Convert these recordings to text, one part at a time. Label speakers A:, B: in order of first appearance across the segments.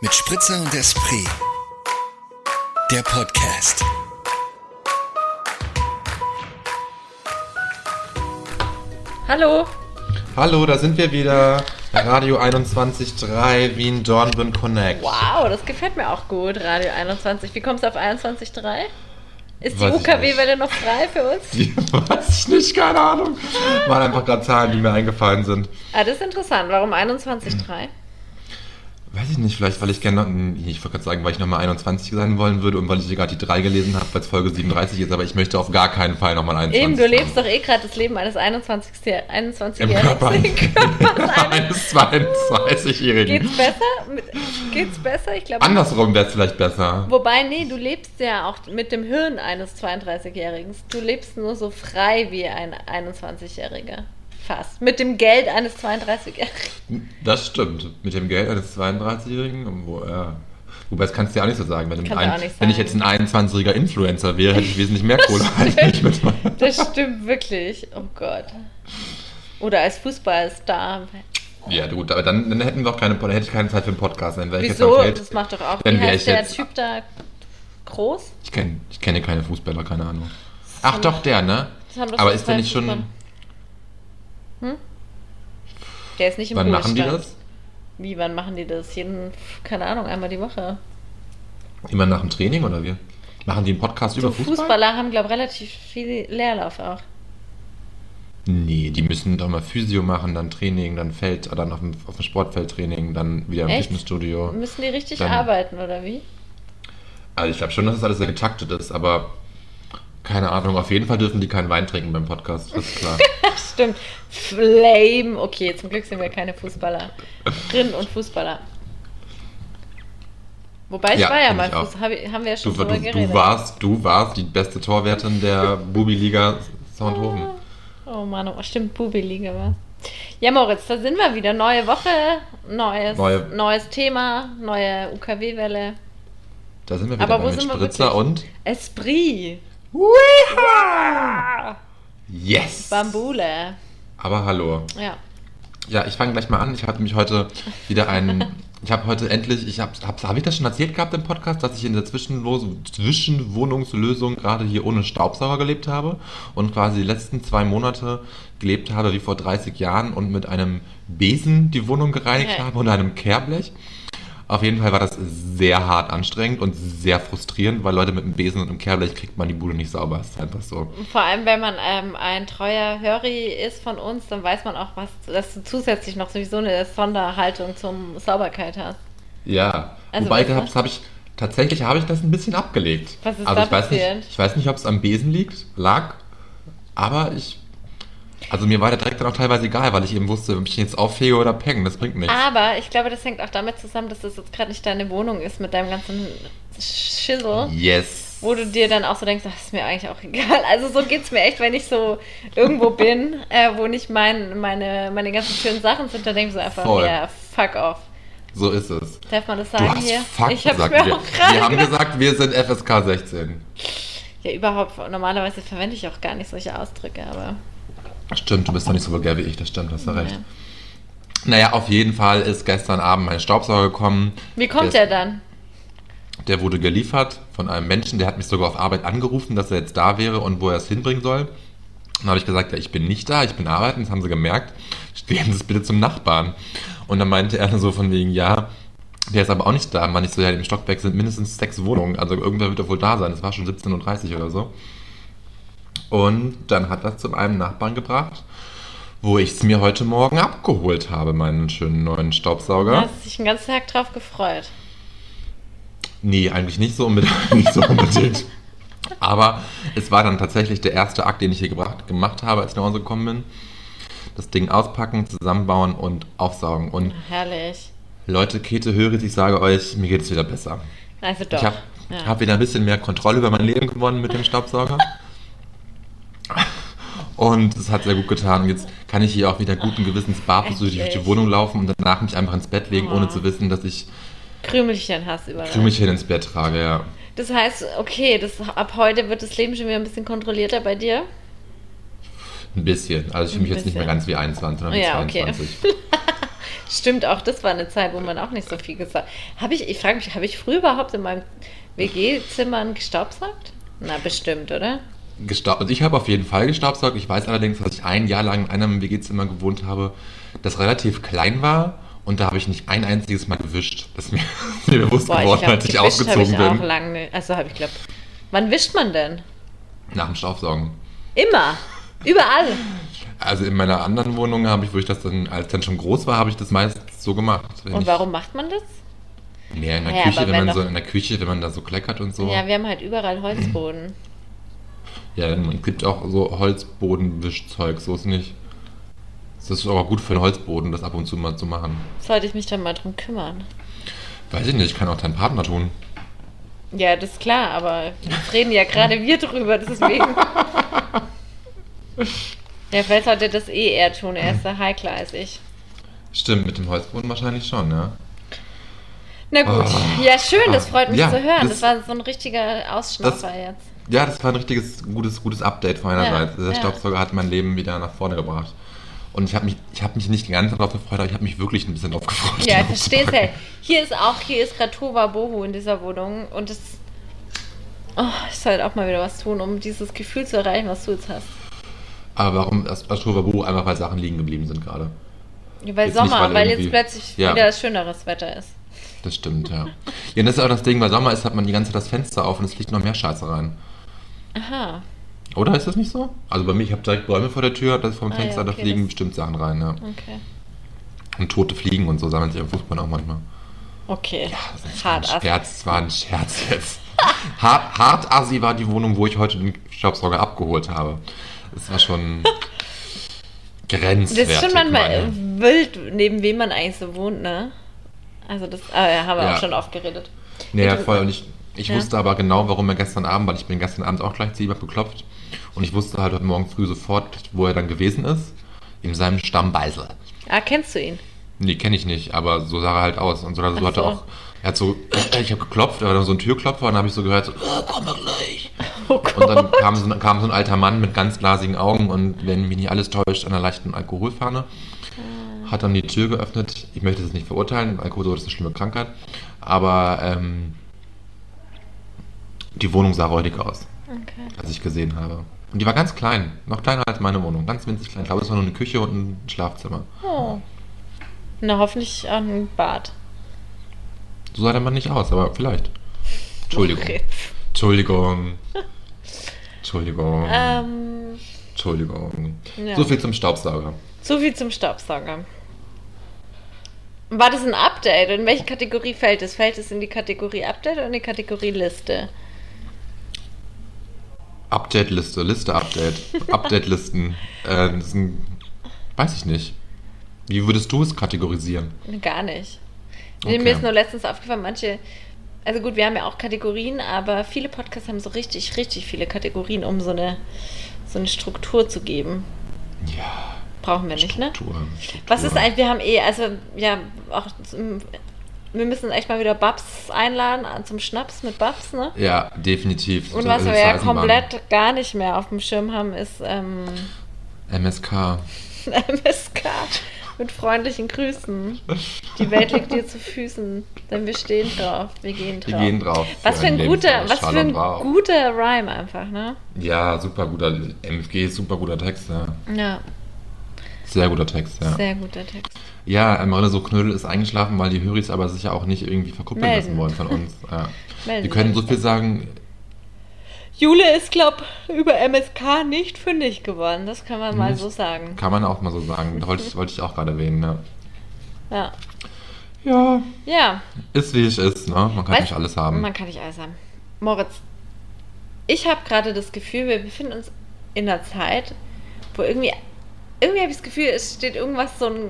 A: Mit Spritzer und Esprit. Der Podcast.
B: Hallo.
C: Hallo, da sind wir wieder. Radio 21.3 Wien Dornbirn Connect.
B: Wow, das gefällt mir auch gut, Radio 21. Wie kommst du auf 21.3? Ist die
C: Weiß ich
B: UKW-Welle noch frei für uns?
C: Die weiß ich nicht, keine Ahnung. Waren einfach gerade Zahlen, die mir eingefallen sind.
B: Ah, das ist interessant. Warum 21.3?
C: Hm. Weiß ich nicht, vielleicht, weil ich gerne, noch- hm, ich wollte gerade sagen, weil ich nochmal 21 sein wollen würde und weil ich hier gerade die 3 gelesen habe, weil es Folge 37 ist, aber ich möchte auf gar keinen Fall nochmal 21
B: Eben, du
C: sein.
B: lebst doch eh gerade das Leben eines 21.
C: Im
B: 21-Jährigen.
C: Körper
B: eines-
C: eines 22-Jährigen.
B: Geht's besser? Mit- Geht's besser? Ich glaube.
C: Andersrum wäre es vielleicht besser.
B: Wobei, nee, du lebst ja auch mit dem Hirn eines 32-Jährigen. Du lebst nur so frei wie ein 21-Jähriger. Fast. Mit dem Geld eines 32-Jährigen.
C: Das stimmt. Mit dem Geld eines 32-Jährigen, wo er. Wobei, das kannst du ja auch nicht so sagen. Wenn, du
B: Kannst
C: mit
B: du
C: ein,
B: auch nicht
C: wenn ich jetzt
B: sagen.
C: ein 21-jähriger Influencer wäre, hätte ich wesentlich mehr Kohle als ich mit meinem-
B: Das stimmt wirklich. Oh Gott. Oder als Fußballstar.
C: Ja, gut, aber dann, dann hätten wir auch keine, dann hätte ich keine Zeit für einen Podcast. Dann wäre ich
B: Wieso?
C: jetzt am Feld.
B: Das macht doch auch. Wie
C: Wenn wir
B: heißt
C: echt
B: der
C: jetzt-
B: Typ da? Groß?
C: ich, kenn, ich kenne keine Fußballer, keine Ahnung. Ach
B: haben-
C: doch, der, ne?
B: das haben doch
C: aber
B: so
C: ist der
B: zwei
C: nicht schon.
B: Fußballer. Der ist nicht im
C: Wann machen die
B: Ruhestand.
C: das?
B: Wie, wann machen die das? Jeden, keine Ahnung, einmal die Woche.
C: Immer nach dem Training oder wie? Machen die einen Podcast über
B: So
C: Fußball?
B: Fußballer haben, glaube ich, relativ viel Leerlauf auch.
C: Nee, die müssen doch mal Physio machen, dann Training, dann Feld, dann auf dem, auf dem Sportfeld Training, dann wieder im
B: Echt?
C: Fitnessstudio.
B: Müssen die richtig
C: Oh. Dann-
B: arbeiten, oder wie?
C: Also ich glaube schon, dass das alles sehr getaktet ist, aber keine Ahnung. Auf jeden Fall dürfen die keinen Wein trinken beim Podcast, das ist klar.
B: Stimmt. Flame. Okay, zum Glück sind wir keine Fußballerinnen und Fußballer. Wobei ich
C: Ja,
B: war ja
C: find
B: mal
C: ich auch.
B: Fuß, hab ich- haben wir ja
C: du,
B: schon
C: du,
B: drüber geredet.
C: du, warst, du warst die beste Torwärterin der Bubi-Liga Soundhofen.
B: Oh Mann, oh, stimmt, Bubi-Liga war. Ja, Moritz, da sind wir wieder. Neue Woche, neues,
C: Neue-
B: neues Thema, neue UKW-Welle.
C: Da sind wir wieder
B: Aber
C: bei
B: wo
C: mit
B: sind wir
C: Spritzer und
B: Esprit,
C: Yes!
B: Bambule.
C: Aber hallo.
B: Ja.
C: Ja, ich fange gleich mal an. Ich habe mich heute wieder einen. Ich habe heute endlich, ich habe, hab, habe ich das schon erzählt gehabt im Podcast, dass ich in der Zwischenlo- Zwischenwohnungslösung gerade hier ohne Staubsauger gelebt habe und quasi die letzten zwei Monate gelebt habe wie vor 30 Jahren und mit einem Besen die Wohnung gereinigt
B: Ja.
C: habe und einem Kehrblech. Auf jeden Fall war das sehr hart anstrengend und sehr frustrierend, weil Leute mit einem Besen und einem Kehrblech kriegt man die Bude nicht sauber. Ist einfach so.
B: Und Vor allem, wenn man ähm, ein treuer Höri ist von uns, dann weiß man auch, was, dass du zusätzlich noch sowieso eine Sonderhaltung zum Sauberkeit hast.
C: Ja,
B: Also
C: wobei
B: weißt du-
C: da habe ich tatsächlich habe ich das ein bisschen abgelegt.
B: Was ist
C: also
B: da
C: ich weiß
B: passiert?
C: nicht, ich weiß nicht, ob es am Besen liegt, lag, aber ich also mir war der Dreck dann auch teilweise egal, weil ich eben wusste, ob ich ihn jetzt auffege oder peng, das bringt nichts.
B: Aber ich glaube, das hängt auch damit zusammen, dass das jetzt gerade nicht deine Wohnung ist mit deinem ganzen Schissel.
C: Yes.
B: wo du dir dann auch so denkst, das ist mir eigentlich auch egal. Also so geht's mir echt, wenn ich so irgendwo bin, äh, wo nicht mein, meine, meine ganzen schönen Sachen sind, dann denkst du einfach,
C: Voll.
B: ja, fuck off.
C: So ist es.
B: Darf man das
C: Du
B: sagen
C: hast
B: hier?
C: fuck
B: ich hab's
C: gesagt.
B: mir
C: Wir,
B: auch gerade
C: wir haben
B: gedacht.
C: gesagt, wir sind FSK 16.
B: Ja, überhaupt, normalerweise verwende ich auch gar nicht solche Ausdrücke, aber
C: Stimmt, du bist doch nicht so vulgär wie ich, das stimmt, hast du recht. Naja, auf jeden Fall ist gestern Abend mein Staubsauger gekommen.
B: wie kommt
C: Der
B: der
C: ist-
B: dann?
C: Der wurde geliefert von einem Menschen, der hat mich sogar auf Arbeit angerufen, dass er jetzt da wäre und wo er es hinbringen soll. Dann habe ich gesagt, ja, ich bin nicht da, ich bin arbeiten, das haben sie gemerkt. Geben Sie es bitte zum Nachbarn. Und dann meinte er so von wegen, ja, der ist aber auch nicht da. Und Meine ich so, ja, im Stockwerk sind mindestens sechs Wohnungen, also irgendwer wird doch wohl da sein. Es war schon 17.30 Uhr oder so. Und dann hat das zu einem Nachbarn gebracht, wo ich es mir heute Morgen abgeholt habe, meinen schönen neuen Staubsauger.
B: Da hast du dich den ganzen Tag drauf gefreut.
C: Nee, eigentlich nicht so unbedingt. Nicht so unbedingt. Aber es war dann tatsächlich der erste Akt, den ich hier gebracht, gemacht habe, als ich nach Hause gekommen bin. Das Ding auspacken, zusammenbauen und aufsaugen. Und
B: Herrlich.
C: Leute, Kete, höret, ich sage euch, mir geht es wieder besser.
B: Also doch.
C: Ich habe
B: ja.
C: hab wieder ein bisschen mehr Kontrolle über mein Leben gewonnen mit dem Staubsauger. Und es hat sehr gut getan. Und jetzt kann ich hier auch wieder guten Gewissens barfuß durch die, durch die
B: Endlich.
C: Wohnung laufen und danach mich einfach ins Bett legen,
B: Oh.
C: ohne zu wissen, dass ich
B: Krümelchen hast du überall.
C: Krümelchen ins Bett trage. Ja.
B: Das heißt, okay, das, ab heute wird das Leben schon wieder ein bisschen kontrollierter bei dir.
C: Ein bisschen. Also
B: Ein
C: ich fühle mich jetzt nicht mehr
B: bisschen.
C: ganz wie 21 oder wie
B: Ja, okay.
C: 22.
B: Stimmt, auch das war eine Zeit, wo man auch nicht so viel gesagt hat. Hab ich, ich frage mich, habe ich früher überhaupt in meinem WG-Zimmer einen gestaubsaugt? Na, bestimmt, oder?
C: Gestaub also ich habe auf jeden Fall gestaubsaugt. Ich weiß allerdings, dass ich ein Jahr lang in einem WG-Zimmer gewohnt habe, das relativ klein war. Und da habe ich nicht ein einziges Mal gewischt. Das ist mir, mir bewusst
B: Boah,
C: geworden,
B: ich glaube,
C: als ich
B: gewischt habe
C: ausgezogen
B: ich auch
C: bin.
B: lange. Also habe ich glaube. Wann wischt man denn?
C: Nach dem Staubsaugen.
B: Immer. Überall.
C: Also in meiner anderen Wohnung habe ich, wo ich das dann, als dann schon groß war, habe ich das meistens so gemacht. Wenn
B: Und
C: ich-
B: warum macht man das?
C: Nee, in der
B: Ja,
C: Küche,
B: aber
C: wenn,
B: wenn
C: man so
B: doch-
C: in der Küche, wenn man da so kleckert und so.
B: Ja, wir haben halt überall Holzboden.
C: Ja, man gibt auch so Holzbodenwischzeug, so ist nicht. Das ist aber gut für den Holzboden, das ab und zu mal zu machen.
B: Sollte ich mich dann mal drum kümmern.
C: Weiß ich nicht, kann auch dein Partner tun.
B: Ja, das ist klar, aber jetzt reden ja gerade wir drüber, deswegen. ja, vielleicht sollte das eh er tun. Er ist da heikler als ich.
C: Stimmt, mit dem Holzboden wahrscheinlich schon, ja.
B: Na gut.
C: Ah.
B: Ja, schön, das freut mich
C: Ja,
B: zu hören.
C: das-
B: Das, war so ein richtiger Ausschnapper
C: Das-
B: jetzt.
C: Ja, das war ein richtiges, gutes, gutes Update von meiner
B: Ja,
C: Seite. Der
B: ja.
C: Staubsauger hat mein Leben wieder nach vorne gebracht. Und ich habe mich, ich hab mich nicht ganz darauf gefreut, aber ich habe mich wirklich ein bisschen drauf gefreut.
B: Ja, ich
C: den
B: verstehe es
C: auszupacken.
B: halt. Hier ist auch, hier ist gerade Tova Bohu in dieser Wohnung und es. Oh, ich sollte auch mal wieder was tun, um dieses Gefühl zu erreichen, was du jetzt hast.
C: Aber warum ist Ashura Bu einfach weil Sachen liegen geblieben sind gerade?
B: Weil
C: Jetzt nicht,
B: Sommer,
C: weil
B: weil
C: irgendwie-
B: jetzt plötzlich
C: ja.
B: wieder schöneres Wetter ist.
C: Das stimmt, ja. Ja, und das ist auch das Ding, weil Sommer ist, hat man die ganze Zeit das Fenster auf und es fliegt noch mehr Scheiße rein.
B: Aha.
C: Oder ist das nicht so? Also bei mir, ich habe direkt Bäume vor der Tür, das vom
B: Ah,
C: Fenster,
B: ja,
C: da
B: okay,
C: fliegen
B: das-
C: bestimmt Sachen rein, ja.
B: Okay.
C: Und tote Fliegen und so sammeln sich am Fußball auch manchmal.
B: Okay.
C: Ein
B: Hart ab.
C: Scherz, das war ein Scherz jetzt. hart, hart assi war die Wohnung, wo ich heute den Staubsauger abgeholt habe. Das war schon
B: Das
C: grenzwertig.
B: ist schon manchmal
C: meine-
B: äh, wild, neben wem man eigentlich so wohnt, ne? Also das ah, ja, haben wir
C: Ja.
B: auch schon oft geredet.
C: Nee, ja,
B: du-
C: voll. Und ich, ich
B: Ja.
C: wusste aber genau, warum er gestern Abend, weil ich bin gestern Abend auch gleich zu ihm hab geklopft. Und ich wusste halt heute Morgen früh sofort, wo er dann gewesen ist. In seinem Stammbeisel.
B: Ah, kennst du ihn?
C: Nee, kenne ich nicht, aber so sah er halt aus. Und so, also, so
B: Ach
C: hatte
B: so.
C: auch. Er hat so, äh, ich habe geklopft, aber dann so ein Türklopfer und dann habe ich so gehört, so, "Ah, komm mal gleich.
B: Oh Gott.
C: Und dann kam so, ein- kam so ein alter Mann mit ganz glasigen Augen und, wenn mich nicht alles täuscht, einer leichten Alkoholfahne.
B: Ah.
C: Hat dann die Tür geöffnet. Ich möchte das nicht verurteilen, Alkohol ist eine schlimme Krankheit. Aber ähm, die Wohnung sah räudig aus,
B: okay.
C: als ich gesehen habe. Und die war ganz klein, noch kleiner als meine Wohnung, ganz winzig klein. Ich glaube, es war nur eine Küche und ein Schlafzimmer.
B: Oh. Na, hoffentlich auch ein Bad.
C: So sah der Mann nicht aus, aber vielleicht. Entschuldigung.
B: Okay.
C: Entschuldigung. Entschuldigung.
B: Ähm,
C: Entschuldigung.
B: ja.
C: So viel zum Staubsauger.
B: so viel zum Staubsauger. War das ein Update? In welche Kategorie fällt es? Fällt es in die Kategorie Update oder in die Kategorie Liste?
C: Update-Liste, Liste-Update. Update-Listen. ähm, das ist ein, weiß ich nicht. Wie würdest du es kategorisieren?
B: Gar nicht.
C: Okay.
B: Mir ist nur letztens aufgefallen, manche, also gut, wir haben ja auch Kategorien, aber viele Podcasts haben so richtig, richtig viele Kategorien, um so eine, so eine Struktur zu geben.
C: Ja,
B: Brauchen wir nicht, ne?
C: Struktur. Struktur.
B: Was ist eigentlich, wir haben eh, also ja, auch zum, wir müssen echt mal wieder Babs einladen äh, zum Schnaps mit Babs, ne?
C: Ja, definitiv.
B: Und
C: So,
B: was
C: also
B: wir ja
C: Eisenbahn.
B: komplett gar nicht mehr auf dem Schirm haben, ist ähm,
C: MSK.
B: MSK mit freundlichen Grüßen. Die Welt liegt dir zu Füßen, denn wir stehen drauf, wir gehen drauf.
C: Wir gehen drauf.
B: Was für ein
C: einen
B: guter,
C: Lebensabend.
B: was
C: Schall
B: für ein
C: und Rauch.
B: guter Rhyme einfach, ne?
C: Ja, super guter. MFG ist super guter Text, ja.
B: Ja,
C: Sehr guter Text, ja.
B: sehr guter Text.
C: Ja, Marille so Knödel ist eingeschlafen, weil die Höris aber sich ja auch nicht irgendwie verkuppeln
B: Melden.
C: lassen wollen von uns. Ja.
B: Melden
C: Wir können so
B: sich.
C: viel sagen,
B: Jule ist, glaub, über MSK nicht fündig geworden. Das kann man mal
C: Nicht.
B: so sagen.
C: kann man auch mal so sagen. Wollte ich, wollte ich auch gerade erwähnen, ja.
B: Ja.
C: Ja,
B: Ja.
C: ist wie es ist, ne? Man kann
B: Weißt-
C: nicht alles haben.
B: Man kann nicht alles haben. Moritz, ich habe gerade das Gefühl, wir befinden uns in einer Zeit, wo irgendwie, irgendwie habe ich das Gefühl, es steht irgendwas so ein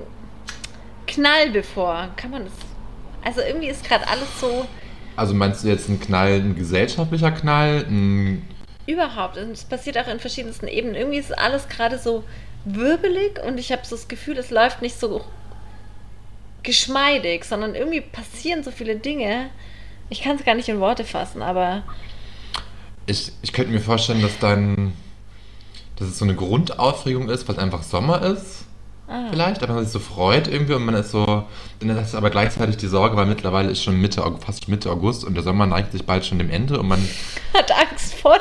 B: Knall bevor. Kann man das? Also irgendwie ist gerade alles so
C: Also meinst du jetzt einen Knall, ein gesellschaftlicher Knall? Ein,
B: überhaupt. Und es passiert auch in verschiedensten Ebenen. Irgendwie ist alles gerade so wirbelig und ich habe so das Gefühl, es läuft nicht so geschmeidig, sondern irgendwie passieren so viele Dinge. Ich kann es gar nicht in Worte fassen, aber
C: ich, ich könnte mir vorstellen, dass dann, dass es so eine Grundaufregung ist, weil einfach Sommer ist. vielleicht, aber man sich so freut irgendwie und man ist so, dann ist aber gleichzeitig die Sorge, weil mittlerweile ist schon Mitte, Au- fast Mitte August und der Sommer neigt sich bald schon dem Ende und man
B: Hat Angst vor.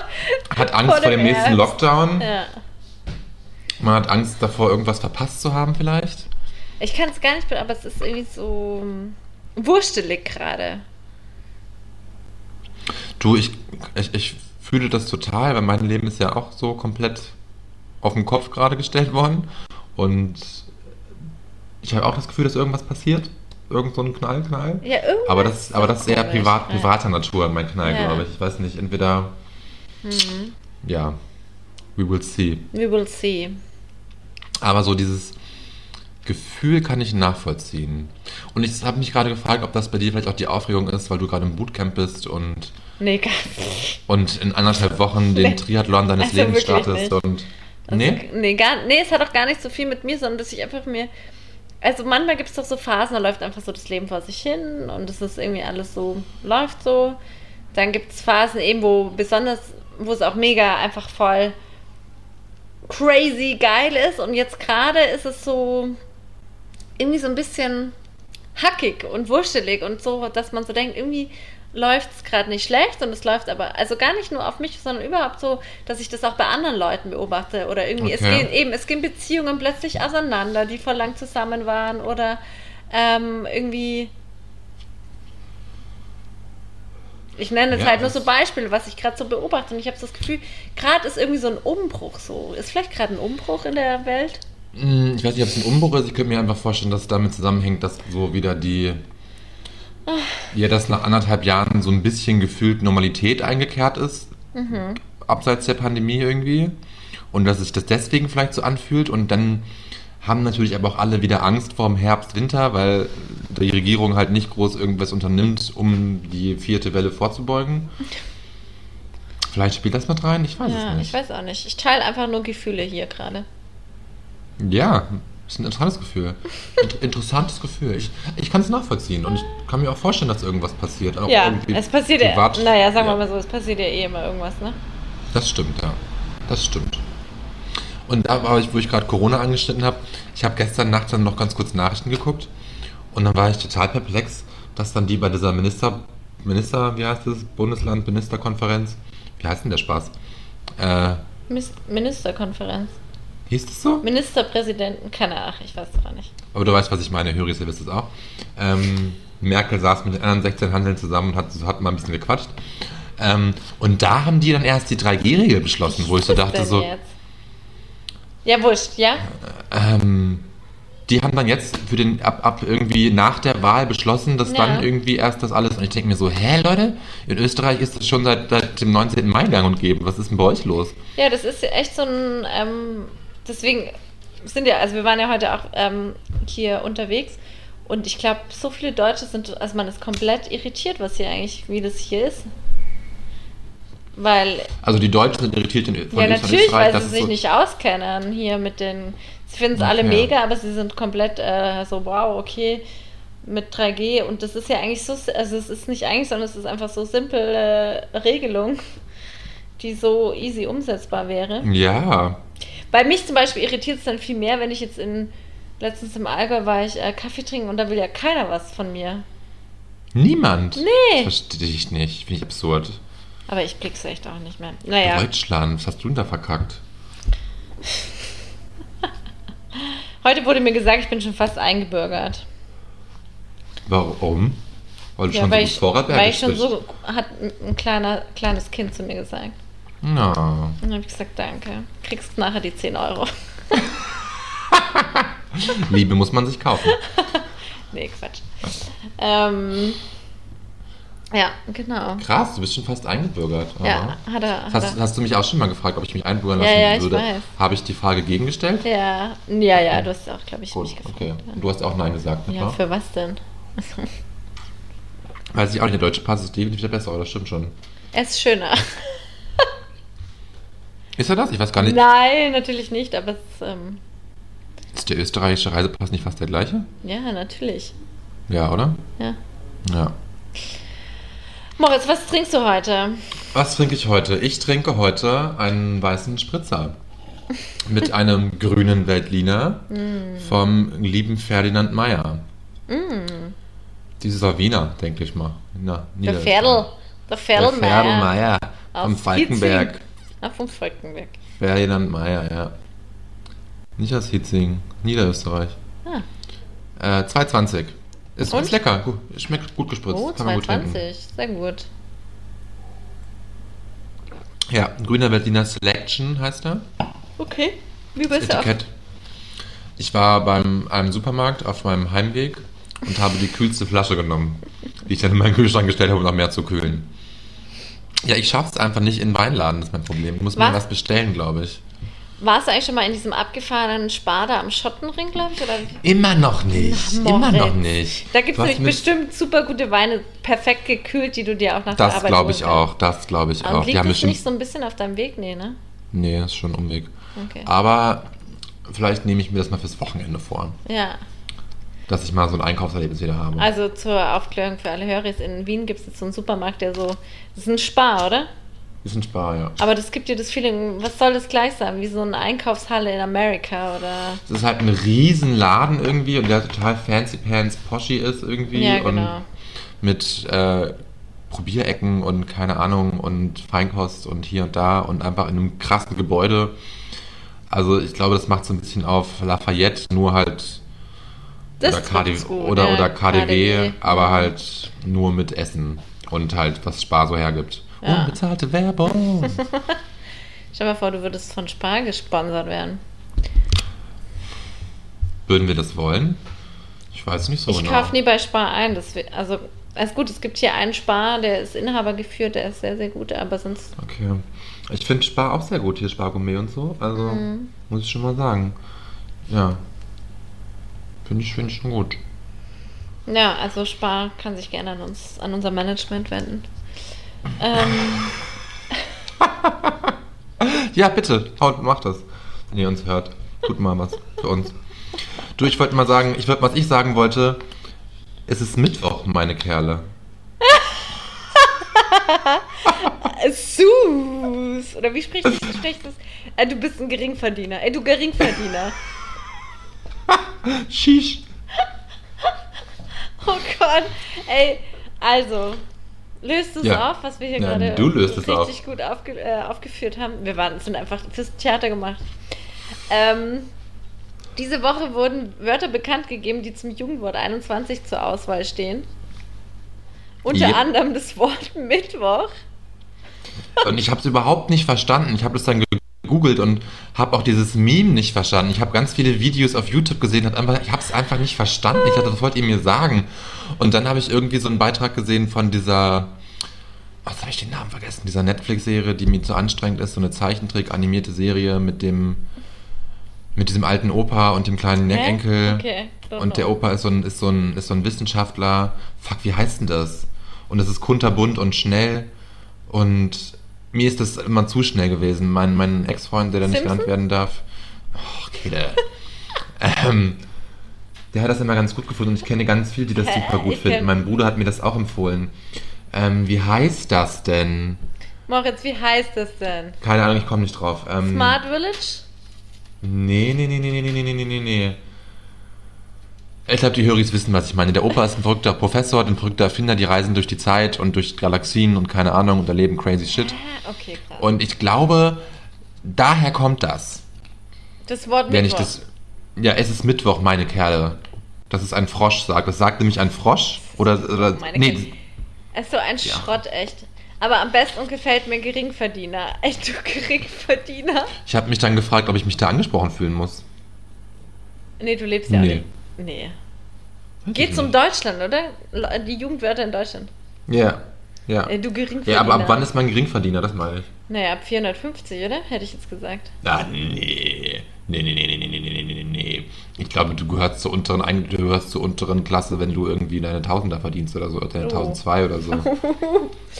C: hat Angst vor, dem nächsten
B: Herbst.
C: Lockdown,
B: Ja.
C: man hat Angst davor, irgendwas verpasst zu haben vielleicht.
B: Ich kann es gar nicht, be- aber es ist irgendwie so mm, wurstelig gerade.
C: Du, ich, ich, ich fühle das total, weil mein Leben ist ja auch so komplett auf den Kopf gerade gestellt worden. Und ich habe auch das Gefühl, dass irgendwas passiert. Irgend so ein Knall, Knall.
B: Ja, irgendwie.
C: Aber das, aber das ist eher
B: komisch,
C: privat,
B: ja.
C: privater Natur, mein Knall,
B: Ja. Mhm.
C: glaube ich. Ich weiß nicht, entweder. Ja, we will see.
B: We will see.
C: Aber so dieses Gefühl kann ich nachvollziehen. Und ich habe mich gerade gefragt, ob das bei dir vielleicht auch die Aufregung ist, weil du gerade im Bootcamp bist und
B: Nee, gar nicht.
C: und in anderthalb Wochen den
B: Nee.
C: Triathlon deines
B: Also
C: Lebens
B: wirklich
C: startest
B: nicht.
C: und.
B: Also,
C: Nee?
B: Nee, gar, nee, es hat auch gar nicht so viel mit mir, sondern dass ich einfach mir. Also manchmal gibt es doch so Phasen, da läuft einfach so das Leben vor sich hin und es ist irgendwie alles so, läuft so. Dann gibt es Phasen eben, wo besonders, wo es auch mega einfach voll crazy geil ist und jetzt gerade ist es so irgendwie so ein bisschen hackig und wurstelig und so, dass man so denkt, irgendwie läuft es gerade nicht schlecht und es läuft aber, also gar nicht nur auf mich, sondern überhaupt so, dass ich das auch bei anderen Leuten beobachte oder irgendwie, es
C: Okay.
B: gehen eben, es gehen Beziehungen plötzlich auseinander, die vor lang zusammen waren oder ähm, irgendwie ich nenne jetzt
C: Ja,
B: halt nur
C: das-
B: so Beispiele, was ich gerade so beobachte. Und ich habe so das Gefühl, gerade ist irgendwie so ein Umbruch so. Ist vielleicht gerade ein Umbruch in der Welt?
C: Hm, Ich weiß nicht, ob es ein Umbruch ist. Ich könnte mir einfach vorstellen, dass es damit zusammenhängt, dass so wieder die. Ja, dass nach anderthalb Jahren so ein bisschen gefühlt Normalität eingekehrt ist.
B: Mhm.
C: Abseits der Pandemie irgendwie. Und dass sich das deswegen vielleicht so anfühlt. Und dann haben natürlich aber auch alle wieder Angst vor dem Herbst, Winter, weil die Regierung halt nicht groß irgendwas unternimmt, um die vierte Welle vorzubeugen. Vielleicht spielt das mit rein, ich weiß es
B: ja,
C: nicht.
B: ich weiß auch nicht. Ich teile einfach nur Gefühle hier gerade.
C: Ja, ist ein interessantes Gefühl. Inter interessantes Gefühl. Ich, ich kann es nachvollziehen und ich kann mir auch vorstellen, dass irgendwas passiert. Auch
B: Ja,
C: irgendwie
B: es passiert ja.
C: privat.
B: Naja, sagen
C: Ja,
B: wir mal so, es passiert ja eh immer irgendwas, ne?
C: Das stimmt, ja. Das stimmt. Und da war ich, wo ich gerade Corona angeschnitten habe, ich habe gestern Nacht dann noch ganz kurz Nachrichten geguckt und dann war ich total perplex, dass dann die bei dieser Minister, Minister, wie heißt es, Bundesland, Ministerkonferenz, wie heißt denn der Spaß? Äh,
B: Mis Ministerkonferenz.
C: hieß das so?
B: Ministerpräsidenten, keine Ahnung, ich weiß doch nicht.
C: Aber du weißt, was ich meine, Höris, ihr wisst es auch. Ähm, Merkel saß mit den anderen 16 Handeln zusammen und hat, hat mal ein bisschen gequatscht. Ähm, und da haben die dann erst die 3G-Regel beschlossen, wo ich so
B: Was
C: dachte,
B: denn
C: so,
B: jetzt? Ja, wurscht, ja?
C: ähm, die haben dann jetzt für den ab, ab irgendwie nach der Wahl beschlossen, dass
B: Ja.
C: dann irgendwie erst das alles. Und ich denke mir so, hä Leute, in Österreich ist das schon seit, seit dem 19. Mai gang und gäbe. Was ist denn bei euch los?
B: Ja, das ist ja echt so ein. Ähm, deswegen sind ja, also wir waren ja heute auch ähm, hier unterwegs und ich glaube, so viele Deutsche sind, also man ist komplett irritiert, was hier eigentlich, wie das hier ist. Weil,
C: Also die Deutschen sind irritiert in, Ö- von
B: ja,
C: Ö- von
B: natürlich, weil
C: dass
B: sie
C: es
B: sich
C: so-
B: nicht auskennen hier mit den. Sie finden es alle
C: Okay.
B: mega, aber sie sind komplett äh, so, wow, okay, mit 3G. Und das ist ja eigentlich so, also es ist nicht eigentlich, sondern es ist einfach so simple äh, Regelung, die so easy umsetzbar wäre.
C: Hm. Ja,
B: Bei mich zum Beispiel irritiert es dann viel mehr, wenn ich jetzt in letztens im Allgäu war ich äh, Kaffee trinken und da will ja keiner was von mir.
C: niemand.
B: Nee.
C: Das verstehe ich nicht. Finde ich absurd.
B: Aber ich blick's echt auch nicht mehr. Naja,
C: Deutschland, was hast du denn da verkackt?
B: heute wurde mir gesagt, ich bin schon fast eingebürgert.
C: Warum? Weil du
B: Ja,
C: schon
B: weil,
C: so
B: ich,
C: gut Vorarlbergisch
B: weil ich schon
C: bist.
B: so, hat ein ein kleiner, kleines Kind zu mir gesagt.
C: Na,
B: Und dann habe ich gesagt, danke. Kriegst nachher die 10 Euro.
C: Liebe muss man sich kaufen.
B: nee, Quatsch. Ähm, ja, genau.
C: Krass, du bist schon fast eingebürgert.
B: Ja,
C: Aha.
B: hat er. Hat
C: Hast,
B: er.
C: hast du mich auch schon mal gefragt, ob ich mich einbürgern
B: Ja,
C: lassen
B: ja, ich
C: würde?
B: weiß.
C: Habe ich die Frage gegengestellt?
B: Ja, ja, ja, du hast auch, glaube ich,
C: Gut,
B: mich gefragt.
C: okay. Und du hast auch Nein gesagt, nicht
B: Ja,
C: wahr?
B: für was denn?
C: Weiß ich auch nicht, der deutsche Pass ist definitiv der bessere, das stimmt schon.
B: Er ist schöner.
C: Ist er das? Ich weiß gar nicht.
B: Nein, natürlich nicht, aber es, ähm,
C: Ist der österreichische Reisepass nicht fast der gleiche?
B: ja, natürlich.
C: Ja, oder?
B: Ja.
C: Ja.
B: Moritz, was trinkst du heute?
C: Was trinke ich heute? Ich trinke heute einen weißen Spritzer. mit einem grünen Veltliner
B: Mm.
C: vom lieben Ferdinand Meyer.
B: Mm.
C: Dieses war Wiener, denke ich mal. Na,
B: Der Pferdl. Der
C: Der
B: Pferdl
C: Ferdl
B: Meier.
C: Meyer vom
B: Aus
C: Falkenberg.
B: Kitzing. Ah, vom Falkenberg.
C: Ferdinand Meyer, ja. Nicht aus Hitzing, Niederösterreich.
B: Ah.
C: Äh, 220. Ist,
B: Und?
C: ist lecker, gut, schmeckt gut gespritzt.
B: Oh,
C: Kann man gut trinken.
B: 22. Sehr gut.
C: Ja, grüner Berliner Selection heißt er.
B: Okay. Wie
C: Das
B: bist du auf?
C: Etikett. Ich war beim einem Supermarkt auf meinem Heimweg und habe die kühlste Flasche genommen, die ich dann in meinen Kühlschrank gestellt habe, um noch mehr zu kühlen. Ja, ich schaff's einfach nicht in Weinladen, ist mein Problem. Ich muss mir
B: Was?
C: was bestellen, glaube ich.
B: Warst du eigentlich schon mal in diesem abgefahrenen Sparda am Schottenring, glaube ich? Oder?
C: Immer noch nicht.
B: Na,
C: immer
B: Moritz.
C: noch nicht.
B: Da gibt es
C: Was
B: nämlich
C: mit-
B: bestimmt super gute Weine, perfekt gekühlt, die du dir auch nach der
C: Das
B: Arbeit
C: glaube ich
B: holen kannst.
C: auch. Das glaube ich
B: Und
C: auch.
B: liegt
C: Ja,
B: das
C: bestimmt.
B: nicht so ein bisschen auf deinem Weg? Nee, ne?
C: Nee, ist schon ein Umweg.
B: Okay.
C: Ah. Aber vielleicht nehme ich mir das mal fürs Wochenende vor,
B: Ja.
C: dass ich mal so ein Einkaufserlebnis wieder habe.
B: Also zur Aufklärung für alle Höris, in Wien gibt es jetzt so einen Supermarkt, der so. Das ist ein Spar, oder?
C: ist ein Spar, ja.
B: Aber das gibt dir das Feeling, was soll das gleich sein? Wie so eine Einkaufshalle in Amerika oder.
C: Es ist halt ein riesen Laden irgendwie und der total fancy pants poshy ist irgendwie
B: Ja, genau.
C: und mit äh, Probierecken und keine Ahnung und Feinkost und hier und da und einfach in einem krassen Gebäude. Also ich glaube, das macht so ein bisschen auf Lafayette, nur halt oder, KD,
B: trifft's gut,
C: oder,
B: ja.
C: oder KDW,
B: KaDeWe.
C: aber halt nur mit Essen und halt was Spar so hergibt.
B: Ja.
C: Unbezahlte Werbung.
B: Stell dir mal vor, du würdest von Spar gesponsert werden.
C: Würden wir das wollen? Ich weiß nicht so
B: ich
C: genau.
B: kaufe nie bei Spar ein. Das, wi- also, alles gut, es gibt hier einen Spar, der ist Inhaber geführt, der ist sehr, sehr gut, aber sonst.
C: Okay. Ich finde Spar auch sehr gut hier, Spargourmet und so. Also
B: Mhm.
C: muss ich schon mal sagen. Ja. Finde ich, find ich schon gut.
B: Ja, also Spar kann sich gerne an uns, an unser Management wenden. Ähm,
C: Ja, bitte, haut, macht das, wenn ihr uns hört. Tut mal was für uns. Du, ich wollte mal sagen, ich wollte, was ich sagen wollte, es ist Mittwoch, meine Kerle.
B: Sus! Oder wie spricht wie spricht das? Äh, du bist ein Geringverdiener. Ey, du Geringverdiener.
C: Shish.
B: Oh Gott. Ey, also, löst es
C: Ja.
B: auf, was wir hier
C: Ja,
B: gerade
C: du löst es
B: richtig
C: auf.
B: gut aufge äh, aufgeführt haben. Wir waren, sind einfach fürs Theater gemacht. Ähm, diese Woche wurden Wörter bekannt gegeben, die zum Jugendwort 21 zur Auswahl stehen. Unter
C: Yep.
B: anderem das Wort Mittwoch.
C: Und ich habe es überhaupt nicht verstanden. Ich habe das dann gegoogelt und habe auch dieses Meme nicht verstanden. Ich habe ganz viele Videos auf YouTube gesehen, hab einfach, ich habe es einfach nicht verstanden. Ich dachte, das wollt ihr mir sagen. Und dann habe ich irgendwie so einen Beitrag gesehen von dieser, was habe ich den Namen vergessen, dieser Netflix-Serie, die mir zu anstrengend ist, so eine Zeichentrick-animierte Serie mit dem, mit diesem alten Opa und dem kleinen
B: Hä?
C: Enkel.
B: Okay, don't
C: Und der
B: know.
C: Opa ist so, ein, ist, so ein, ist so ein Wissenschaftler. Fuck, wie heißt denn das? Und es ist kunterbunt und schnell. Und mir ist das immer zu schnell gewesen. Mein, mein Ex-Freund, der da nicht
B: Simpson?
C: genannt werden darf. Oh, Kille. ähm, der hat das immer ganz gut gefunden. Und ich kenne ganz viele, die das
B: Hä?
C: super gut
B: Ich
C: finden.
B: kenn-
C: Mein Bruder hat mir das auch empfohlen. Ähm, wie heißt das denn?
B: Moritz, wie heißt das denn?
C: Keine Ahnung, ich komme nicht drauf. Ähm,
B: Smart Village?
C: Nee, nee, nee, nee, nee, nee, nee, nee, nee, nee. Ich glaube, die Höris wissen, was ich meine. Der Opa ist ein verrückter Professor, ein verrückter Erfinder, die reisen durch die Zeit und durch Galaxien und keine Ahnung und erleben crazy shit.
B: Ah, okay, krass.
C: Und ich glaube, daher kommt das.
B: das Wort
C: Wenn ich
B: Mittwoch.
C: das. Ja, es ist Mittwoch, meine Kerle. Das ist ein Frosch, sagt. Das sagt nämlich ein Frosch. Oder. oder
B: Meine
C: nee,
B: Kinder. Es ist so ein
C: Ja.
B: Schrott, echt. Aber am besten gefällt mir Geringverdiener. Echt, du Geringverdiener.
C: ich habe mich dann gefragt, ob ich mich da angesprochen fühlen muss.
B: Nee, du lebst ja
C: Nee.
B: auch nicht. Nee.
C: Weiß ich
B: Geht's um
C: nicht.
B: Deutschland, oder? Le- Die Jugendwörter in Deutschland.
C: Ja. Ja.
B: Äh, Du Geringverdiener.
C: Ja, aber ab wann ist man Geringverdiener? Das meine ich.
B: Naja, ab 450, oder? Hätte ich jetzt gesagt.
C: Ah, nee. Nee, nee, nee, nee, nee, nee, nee, nee, nee, nee. Ich glaube, du gehörst zur unteren, ein- du gehörst zur unteren Klasse, wenn du irgendwie deine Tausender verdienst oder so, oder deine
B: Oh.
C: 1002 oder so.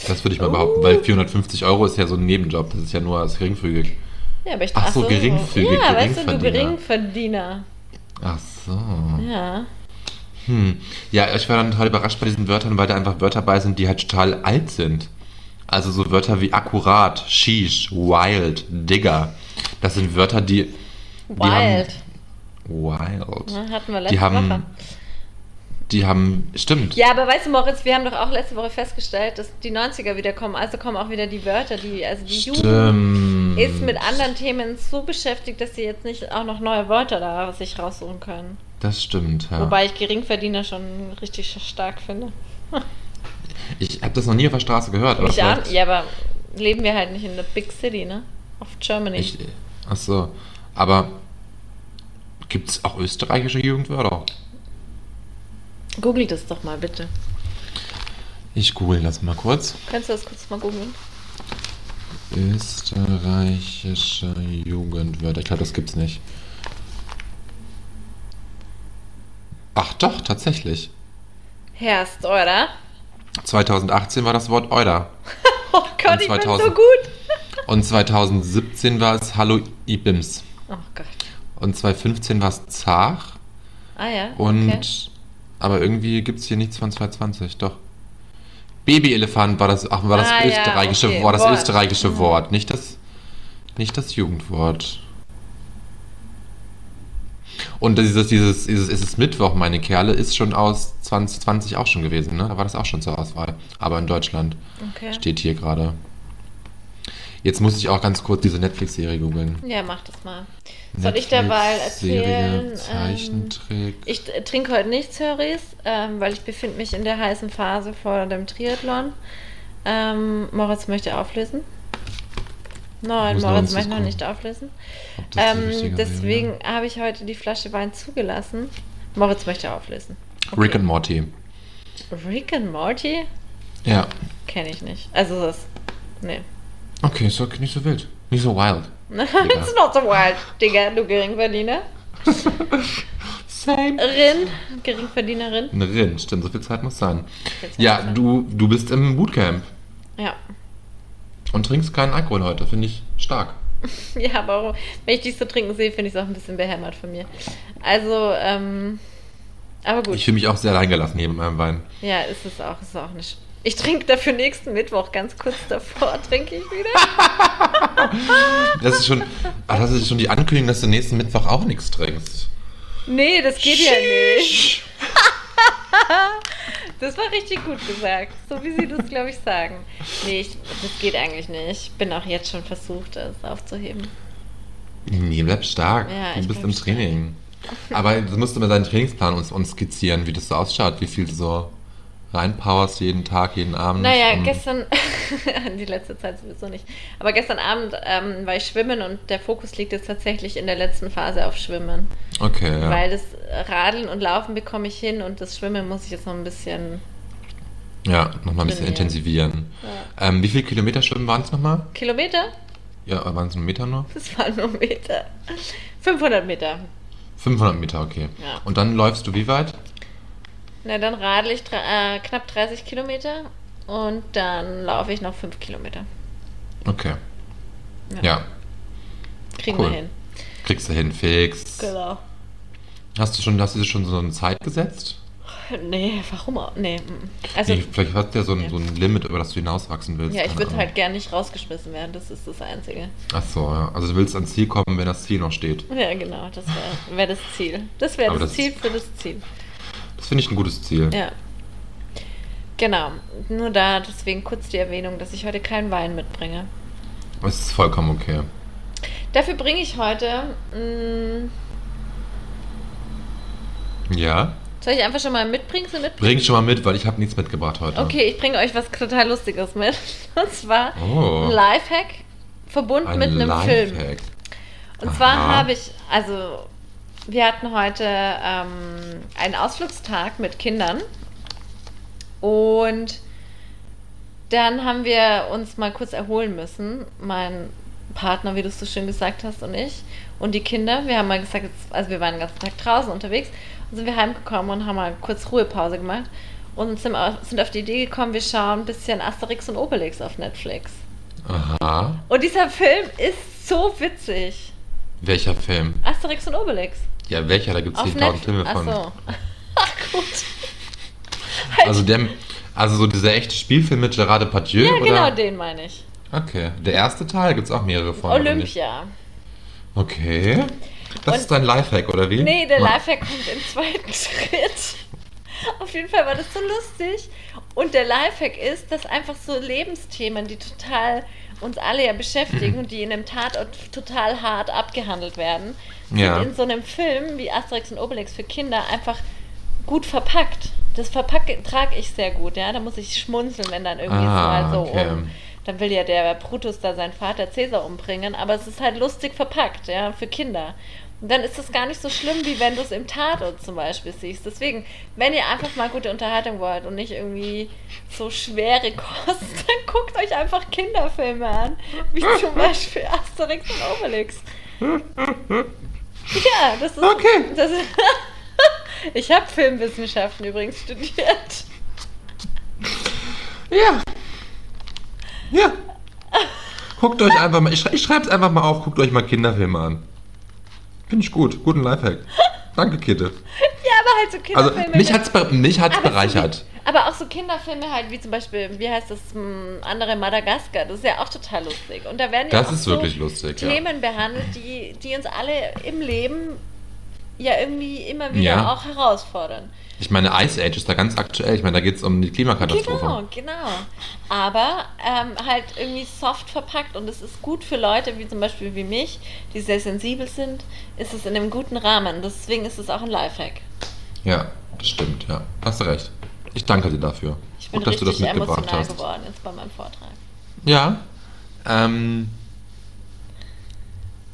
C: Das würde ich mal behaupten, weil 450 Euro ist ja so ein Nebenjob, das ist ja nur geringfügig.
B: Ja, aber ich
C: Ach so, geringfügig,
B: Ja, weißt du, du
C: Geringverdiener.
B: Geringverdiener.
C: Ach so.
B: Ja.
C: Hm. Ja, ich war dann total überrascht bei diesen Wörtern, weil da einfach Wörter bei sind, die halt total alt sind. Also so Wörter wie akkurat, sheesh, wild, digger. Das sind Wörter, die. die haben-
B: Wild.
C: Wild.
B: Ne, hatten wir letzte
C: Die
B: Woche.
C: haben. Die haben. Stimmt.
B: Ja, aber weißt du, Moritz, wir haben doch auch letzte Woche festgestellt, dass die 90er wieder kommen. Also kommen auch wieder die Wörter, die, also die Jugend
C: Stimmt.
B: ist mit anderen Themen so beschäftigt, dass sie jetzt nicht auch noch neue Wörter da sich raussuchen können.
C: Das stimmt, ja.
B: Wobei ich Geringverdiener schon richtig stark finde.
C: ich habe das noch nie auf der Straße gehört. Aber
B: Ich ahn,
C: vielleicht-
B: ja, aber leben wir halt nicht in der Big City, ne? Auf Germany.
C: Ich, ach so. Aber gibt es auch österreichische Jugendwörter?
B: Google das doch mal bitte.
C: Ich google das mal kurz.
B: Kannst du das kurz mal googeln?
C: Österreichische Jugendwörter. Ich glaube, das gibt's nicht. Ach doch, tatsächlich.
B: Herst, oder?
C: 2018 war das Wort Euder.
B: Oh Gott, ich bin
C: 2000.
B: so gut.
C: Und 2017 war es Hallo Ibims.
B: Oh Gott.
C: Und 2015 war es Zach.
B: Ah ja.
C: Und.
B: okay.
C: Aber irgendwie gibt es hier nichts von 2020, doch. Babyelefant war das, ach, war das
B: Ah, ja,
C: österreichische,
B: okay,
C: war das
B: Wort.
C: österreichische
B: Mhm.
C: Wort, nicht das, nicht das Jugendwort. Und dieses, dieses, dieses ist es Mittwoch, meine Kerle, ist schon aus 2020 auch schon gewesen, ne? Da war das auch schon zur Auswahl. Aber in Deutschland
B: okay.
C: steht hier gerade. Jetzt muss ich auch ganz kurz diese Netflix-Serie googeln.
B: Ja, mach das mal. Soll ich derweil
C: Netflix-Serie,
B: erzählen? Ähm,
C: Zeichentrick.
B: ich äh, trinke heute nichts, Höris, ähm, weil ich befinde mich in der heißen Phase vor dem Triathlon. Ähm, Moritz möchte auflösen. Nein,
C: Muss noch
B: Moritz
C: ins
B: möchte noch
C: Disco.
B: nicht auflösen.
C: Ob das die
B: Ähm,
C: richtige
B: deswegen
C: Serie
B: habe ich heute die Flasche Wein zugelassen. Moritz möchte auflösen.
C: war? Rick and Morty.
B: Morty. Rick and Morty?
C: Ja.
B: Kenne ich nicht. Also das. Nee.
C: Okay, ist doch nicht so wild. Nicht so wild.
B: It's not so wild, Digga, du Geringverdiener.
C: Same.
B: Rin, Geringverdienerin.
C: Eine Rin, stimmt, so viel Zeit muss sein.
B: Jetzt
C: Ja,
B: weiß ich.
C: du, du bist im Bootcamp
B: Ja.
C: und trinkst keinen Alkohol heute, finde ich stark.
B: Ja, aber wenn ich dich so trinken sehe, finde ich es auch ein bisschen behämmert von mir. Also, ähm, aber gut.
C: Ich fühle mich auch sehr alleingelassen hier mit meinem Wein.
B: ja, ist es auch, ist es auch nicht. Ich trinke dafür nächsten Mittwoch, ganz kurz davor trinke ich wieder.
C: Das ist schon, ach, das ist schon die Ankündigung, dass du nächsten Mittwoch auch nichts trinkst.
B: Nee, das geht ja nicht. Das war richtig gut gesagt, so wie sie das, glaube ich, sagen. Nee, ich, das geht eigentlich nicht. Ich bin auch jetzt schon versucht, das aufzuheben.
C: Nee, bleib stark.
B: Ja,
C: du
B: ich
C: bist
B: bleib
C: im Training. Aber du musst immer deinen Trainingsplan uns, uns skizzieren, wie das so ausschaut, wie viel du so reinpowerst jeden Tag, jeden Abend.
B: Naja,
C: und-
B: gestern, die letzte Zeit sowieso nicht, aber gestern Abend ähm, war ich schwimmen und der Fokus liegt jetzt tatsächlich in der letzten Phase auf Schwimmen.
C: Okay, ja.
B: Weil das Radeln und Laufen bekomme ich hin und das Schwimmen muss ich jetzt noch ein bisschen.
C: Ja, nochmal ein
B: Trainieren.
C: bisschen intensivieren.
B: Ja.
C: Ähm, wie viel Kilometer schwimmen waren es nochmal?
B: Kilometer?
C: Ja, waren es ein Meter nur?
B: Das waren nur Meter. 500 Meter.
C: 500 Meter, okay.
B: Ja.
C: Und dann läufst du wie weit?
B: Na, dann radel ich dre- äh, knapp 30 Kilometer und dann laufe ich noch 5 Kilometer.
C: Okay. Ja.
B: Kriegen
C: Cool.
B: wir hin.
C: Kriegst du hin, fix.
B: Genau.
C: Hast du schon, hast du dir schon so eine Zeit gesetzt?
B: Nee, warum auch? Nee. mm. Also,
C: nee, vielleicht hast du ja so ein,
B: ja.
C: so ein Limit, über das du hinauswachsen willst.
B: ja, ich
C: keine
B: würde
C: Ahnung.
B: halt gern nicht rausgeschmissen werden, das ist das Einzige.
C: Ach so, ja. Also du willst ans Ziel kommen, wenn das Ziel noch steht.
B: Ja, genau, das wäre wär das Ziel. Das wäre
C: Aber
B: das,
C: das-
B: Ziel für das Ziel.
C: Das finde ich ein gutes Ziel.
B: Ja. Genau, nur da deswegen kurz die Erwähnung, dass ich heute keinen Wein mitbringe.
C: Es ist vollkommen okay.
B: Dafür bringe ich heute. mm, Mh,
C: Ja?
B: soll ich einfach schon mal mitbringen? Sie mitbringen?
C: Bring schon mal mit, weil ich habe nichts mitgebracht heute.
B: Okay, ich bringe euch was total Lustiges mit. Und zwar
C: Oh.
B: ein Lifehack verbunden
C: Ein
B: mit einem Film.
C: Lifehack.
B: Und zwar
C: Aha.
B: habe ich, also wir hatten heute ähm, einen Ausflugstag mit Kindern und dann haben wir uns mal kurz erholen müssen, mein Partner, wie du es so schön gesagt hast, und ich und die Kinder. Wir haben mal gesagt, jetzt, also wir waren den ganzen Tag draußen unterwegs und sind wir heimgekommen und haben mal kurz Ruhepause gemacht und sind auf, sind auf die Idee gekommen, wir schauen ein bisschen Asterix und Obelix auf Netflix.
C: Aha.
B: Und dieser Film ist so witzig.
C: Welcher Film?
B: Asterix und Obelix.
C: Ja, welcher? Da gibt es
B: Auf
C: 10.000
B: Netflix.
C: Filme von.
B: Achso. Ach gut.
C: Also, der, also so dieser echte Spielfilm mit Gerard Depardieu?
B: Ja,
C: oder?
B: genau den meine ich.
C: Okay. Der erste Teil gibt es auch mehrere von. oder nicht?
B: Olympia.
C: Okay. Das
B: Und-
C: ist dein Lifehack, oder wie?
B: Nee, der
C: Ma-
B: Lifehack kommt im zweiten Schritt. Auf jeden Fall war das so lustig. Und der Lifehack ist, dass einfach so Lebensthemen, die total uns alle ja beschäftigen und die in einem Tatort total hart abgehandelt werden,
C: Ja.
B: sind in so einem Film wie Asterix und Obelix für Kinder einfach gut verpackt. Das verpacke trage ich sehr gut, ja. Da muss ich schmunzeln, wenn dann irgendwie es
C: Ah,
B: mal so
C: okay.
B: um. Dann will ja der Brutus da seinen Vater Cäsar umbringen, aber es ist halt lustig verpackt, ja, für Kinder. Und dann ist das gar nicht so schlimm, wie wenn du es im Tatort zum Beispiel siehst. Deswegen, wenn ihr einfach mal gute Unterhaltung wollt und nicht irgendwie so schwere Kost, dann guckt euch einfach Kinderfilme an, wie zum Beispiel Asterix und Obelix. Ja, das ist.
C: Okay.
B: Das ist ich habe Filmwissenschaften übrigens studiert.
C: Ja. Ja. Guckt euch einfach mal, ich, schrei- ich schreib's einfach mal auf, guckt euch mal Kinderfilme an. Finde ich gut, guten Lifehack. Danke, Kitte.
B: Ja, aber halt so
C: Also,
B: Kinderfilme.
C: mich hat's, be- mich hat's
B: Aber so
C: bereichert.
B: wie- Aber auch so Kinderfilme halt, wie zum Beispiel, wie heißt das, m, andere Madagaskar, das ist ja auch total lustig. Und da werden ja
C: Das
B: auch
C: ist
B: so
C: wirklich lustig, ja.
B: Themen behandelt, die, die uns alle im Leben ja irgendwie immer wieder
C: Ja.
B: auch herausfordern.
C: Ich meine, Ice Age ist da ganz aktuell. Ich meine, da geht's um die Klimakatastrophe.
B: Genau, genau. Aber ähm, halt irgendwie soft verpackt und es ist gut für Leute wie zum Beispiel wie mich, die sehr sensibel sind, ist es in einem guten Rahmen. Deswegen ist es auch ein Lifehack.
C: Ja, das stimmt, ja. Hast du recht. Ich danke dir dafür.
B: Ich bin
C: Gut, dass du das
B: richtig
C: mitgebracht
B: emotional
C: hast.
B: geworden jetzt bei meinem Vortrag.
C: Ja. Ähm,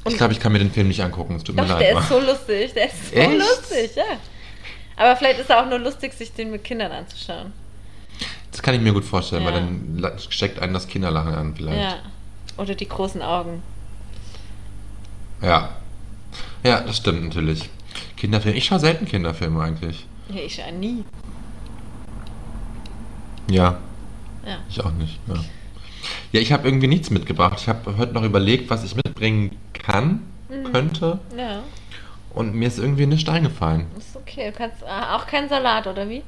C: ich
B: Und-
C: glaube, ich kann mir den Film nicht angucken. Es tut mir
B: Doch,
C: leid.
B: der ist so lustig. Der ist so
C: Echt?
B: lustig, ja. Aber vielleicht ist er auch nur lustig, sich den mit Kindern anzuschauen.
C: das kann ich mir gut vorstellen, weil
B: Ja.
C: dann la- steckt einen das Kinderlachen an vielleicht.
B: Ja. Oder die großen Augen.
C: Ja. Ja, das stimmt natürlich. Kinderfilme. Ich schaue selten Kinderfilme eigentlich.
B: Ja, ich ja nie.
C: Ja,
B: Ja.
C: ich auch nicht. Ja, ja ich habe irgendwie nichts mitgebracht. Ich habe heute noch überlegt, was ich mitbringen kann,
B: Mhm.
C: könnte.
B: Ja,
C: Und mir ist irgendwie nichts eingefallen.
B: ist okay. Du kannst ah, auch keinen Salat, oder wie?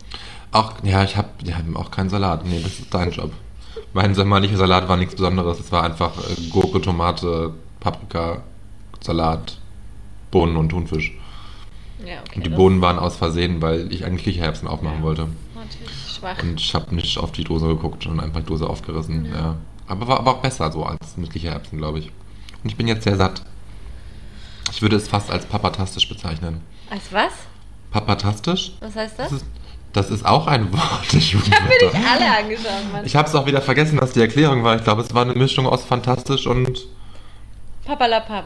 C: Auch, ja, ich habe die haben auch keinen Salat. Nee, das ist dein Job. Mein samanischer Salat war nichts Besonderes. Es war einfach äh, Gurke, Tomate, Paprika, Salat, Bohnen und Thunfisch.
B: Ja, okay.
C: Und die
B: das
C: Bohnen waren aus Versehen, weil ich eigentlich Kichererbsen aufmachen
B: Ja.
C: wollte.
B: ist Natürlich schwach.
C: Und ich habe nicht auf die Dose geguckt und einfach die Dose aufgerissen. Ja. Aber war aber auch besser so als mit Kichererbsen, glaube ich. Und ich bin jetzt sehr satt. Ich würde es fast als papatastisch bezeichnen.
B: Als was?
C: Papatastisch?
B: Was heißt
C: Das
B: das?
C: ist, das ist auch ein Wort. Ich,
B: Bin ich alle angeschaut, Mann.
C: ich habe es auch wieder vergessen, was die Erklärung war. Ich glaube, es war eine Mischung aus fantastisch und
B: Papalapap.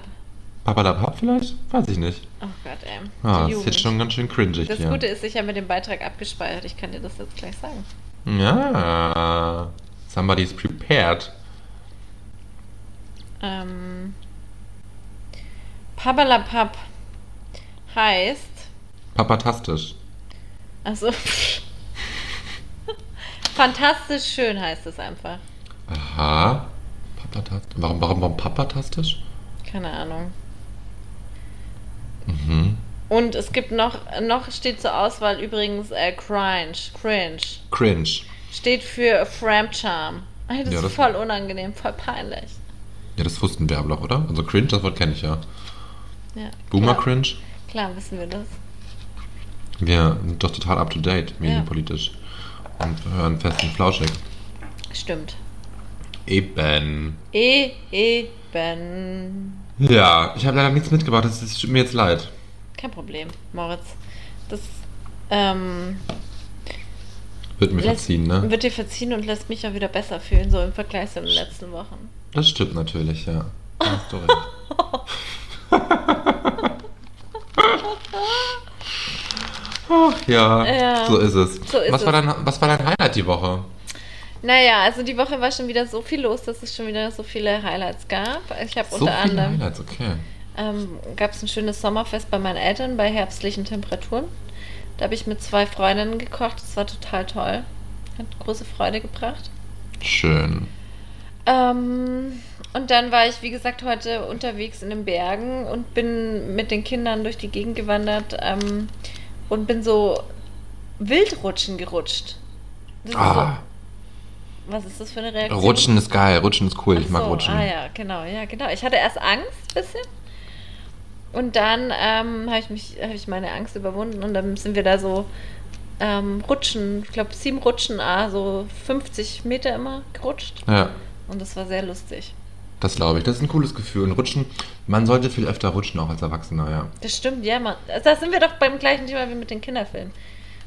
C: papalapap vielleicht? Weiß ich nicht.
B: Oh Gott, ey.
C: Ja,
B: Die
C: Ah, das ist
B: Jugend.
C: jetzt schon ganz schön cringy
B: das
C: hier.
B: Gute ist, ich habe mir den Beitrag abgespeichert. Ich kann dir das jetzt gleich sagen.
C: ja, somebody's prepared.
B: Ähm, Pabalapap heißt,
C: Papatastisch.
B: also fantastisch schön heißt es einfach.
C: Aha. Papatastisch. Warum, warum, warum papatastisch?
B: Keine Ahnung.
C: Mhm.
B: Und es gibt noch, noch steht zur Auswahl übrigens äh, Cringe. Cringe.
C: Cringe.
B: Steht für Fram Charm. Ey, Das
C: Ja,
B: ist
C: das-
B: voll unangenehm, voll peinlich.
C: Ja, das wussten wir aber doch, oder? Also cringe, das Wort kenne ich ja.
B: Ja,
C: Boomer
B: klar,
C: cringe.
B: Klar wissen wir das.
C: Wir sind doch total up to date, medienpolitisch. Und hören fest und flauschig.
B: Stimmt.
C: Eben.
B: E, eben.
C: Ja, ich habe leider nichts mitgebracht, das ist- tut mir jetzt leid.
B: Kein Problem, Moritz. Das ähm,
C: Wird mir
B: lässt,
C: verziehen, ne?
B: wird dir verziehen und lässt mich auch wieder besser fühlen, so im Vergleich zu den letzten Wochen.
C: Das stimmt natürlich, ja. Da Hast du recht. Ach ja,
B: Ja,
C: so ist es.
B: so ist
C: was, War
B: es.
C: dein, was war dein Highlight die Woche?
B: Naja, also die Woche war schon wieder so viel los, dass es schon wieder so viele Highlights gab. Ich habe
C: so
B: unter
C: viele
B: anderem
C: Highlights, okay.
B: ähm, gab es ein schönes Sommerfest bei meinen Eltern bei herbstlichen Temperaturen. Da habe ich mit zwei Freundinnen gekocht. Das war total toll. Hat große Freude gebracht.
C: Schön.
B: Ähm, und dann war ich, wie gesagt, heute unterwegs in den Bergen und bin mit den Kindern durch die Gegend gewandert ähm, und bin so wildrutschen gerutscht. Das ist
C: Ah,
B: so, was ist das für eine Reaktion?
C: Rutschen ist geil, Rutschen ist cool,
B: Ach
C: ich mag
B: so,
C: Rutschen.
B: Ah ja, genau, ja, genau. Ich hatte erst Angst ein bisschen Und dann ähm, habe ich mich, habe ich meine Angst überwunden und dann sind wir da so ähm, rutschen, ich glaube sieben Rutschen, ah, so 50 Meter immer gerutscht.
C: Ja,
B: Und das war sehr lustig.
C: das glaube ich. Das ist ein cooles Gefühl. Und rutschen, man sollte viel öfter rutschen, auch als Erwachsener, ja.
B: Das stimmt, ja, man. Also da sind wir doch beim gleichen Thema wie mit den Kinderfilmen.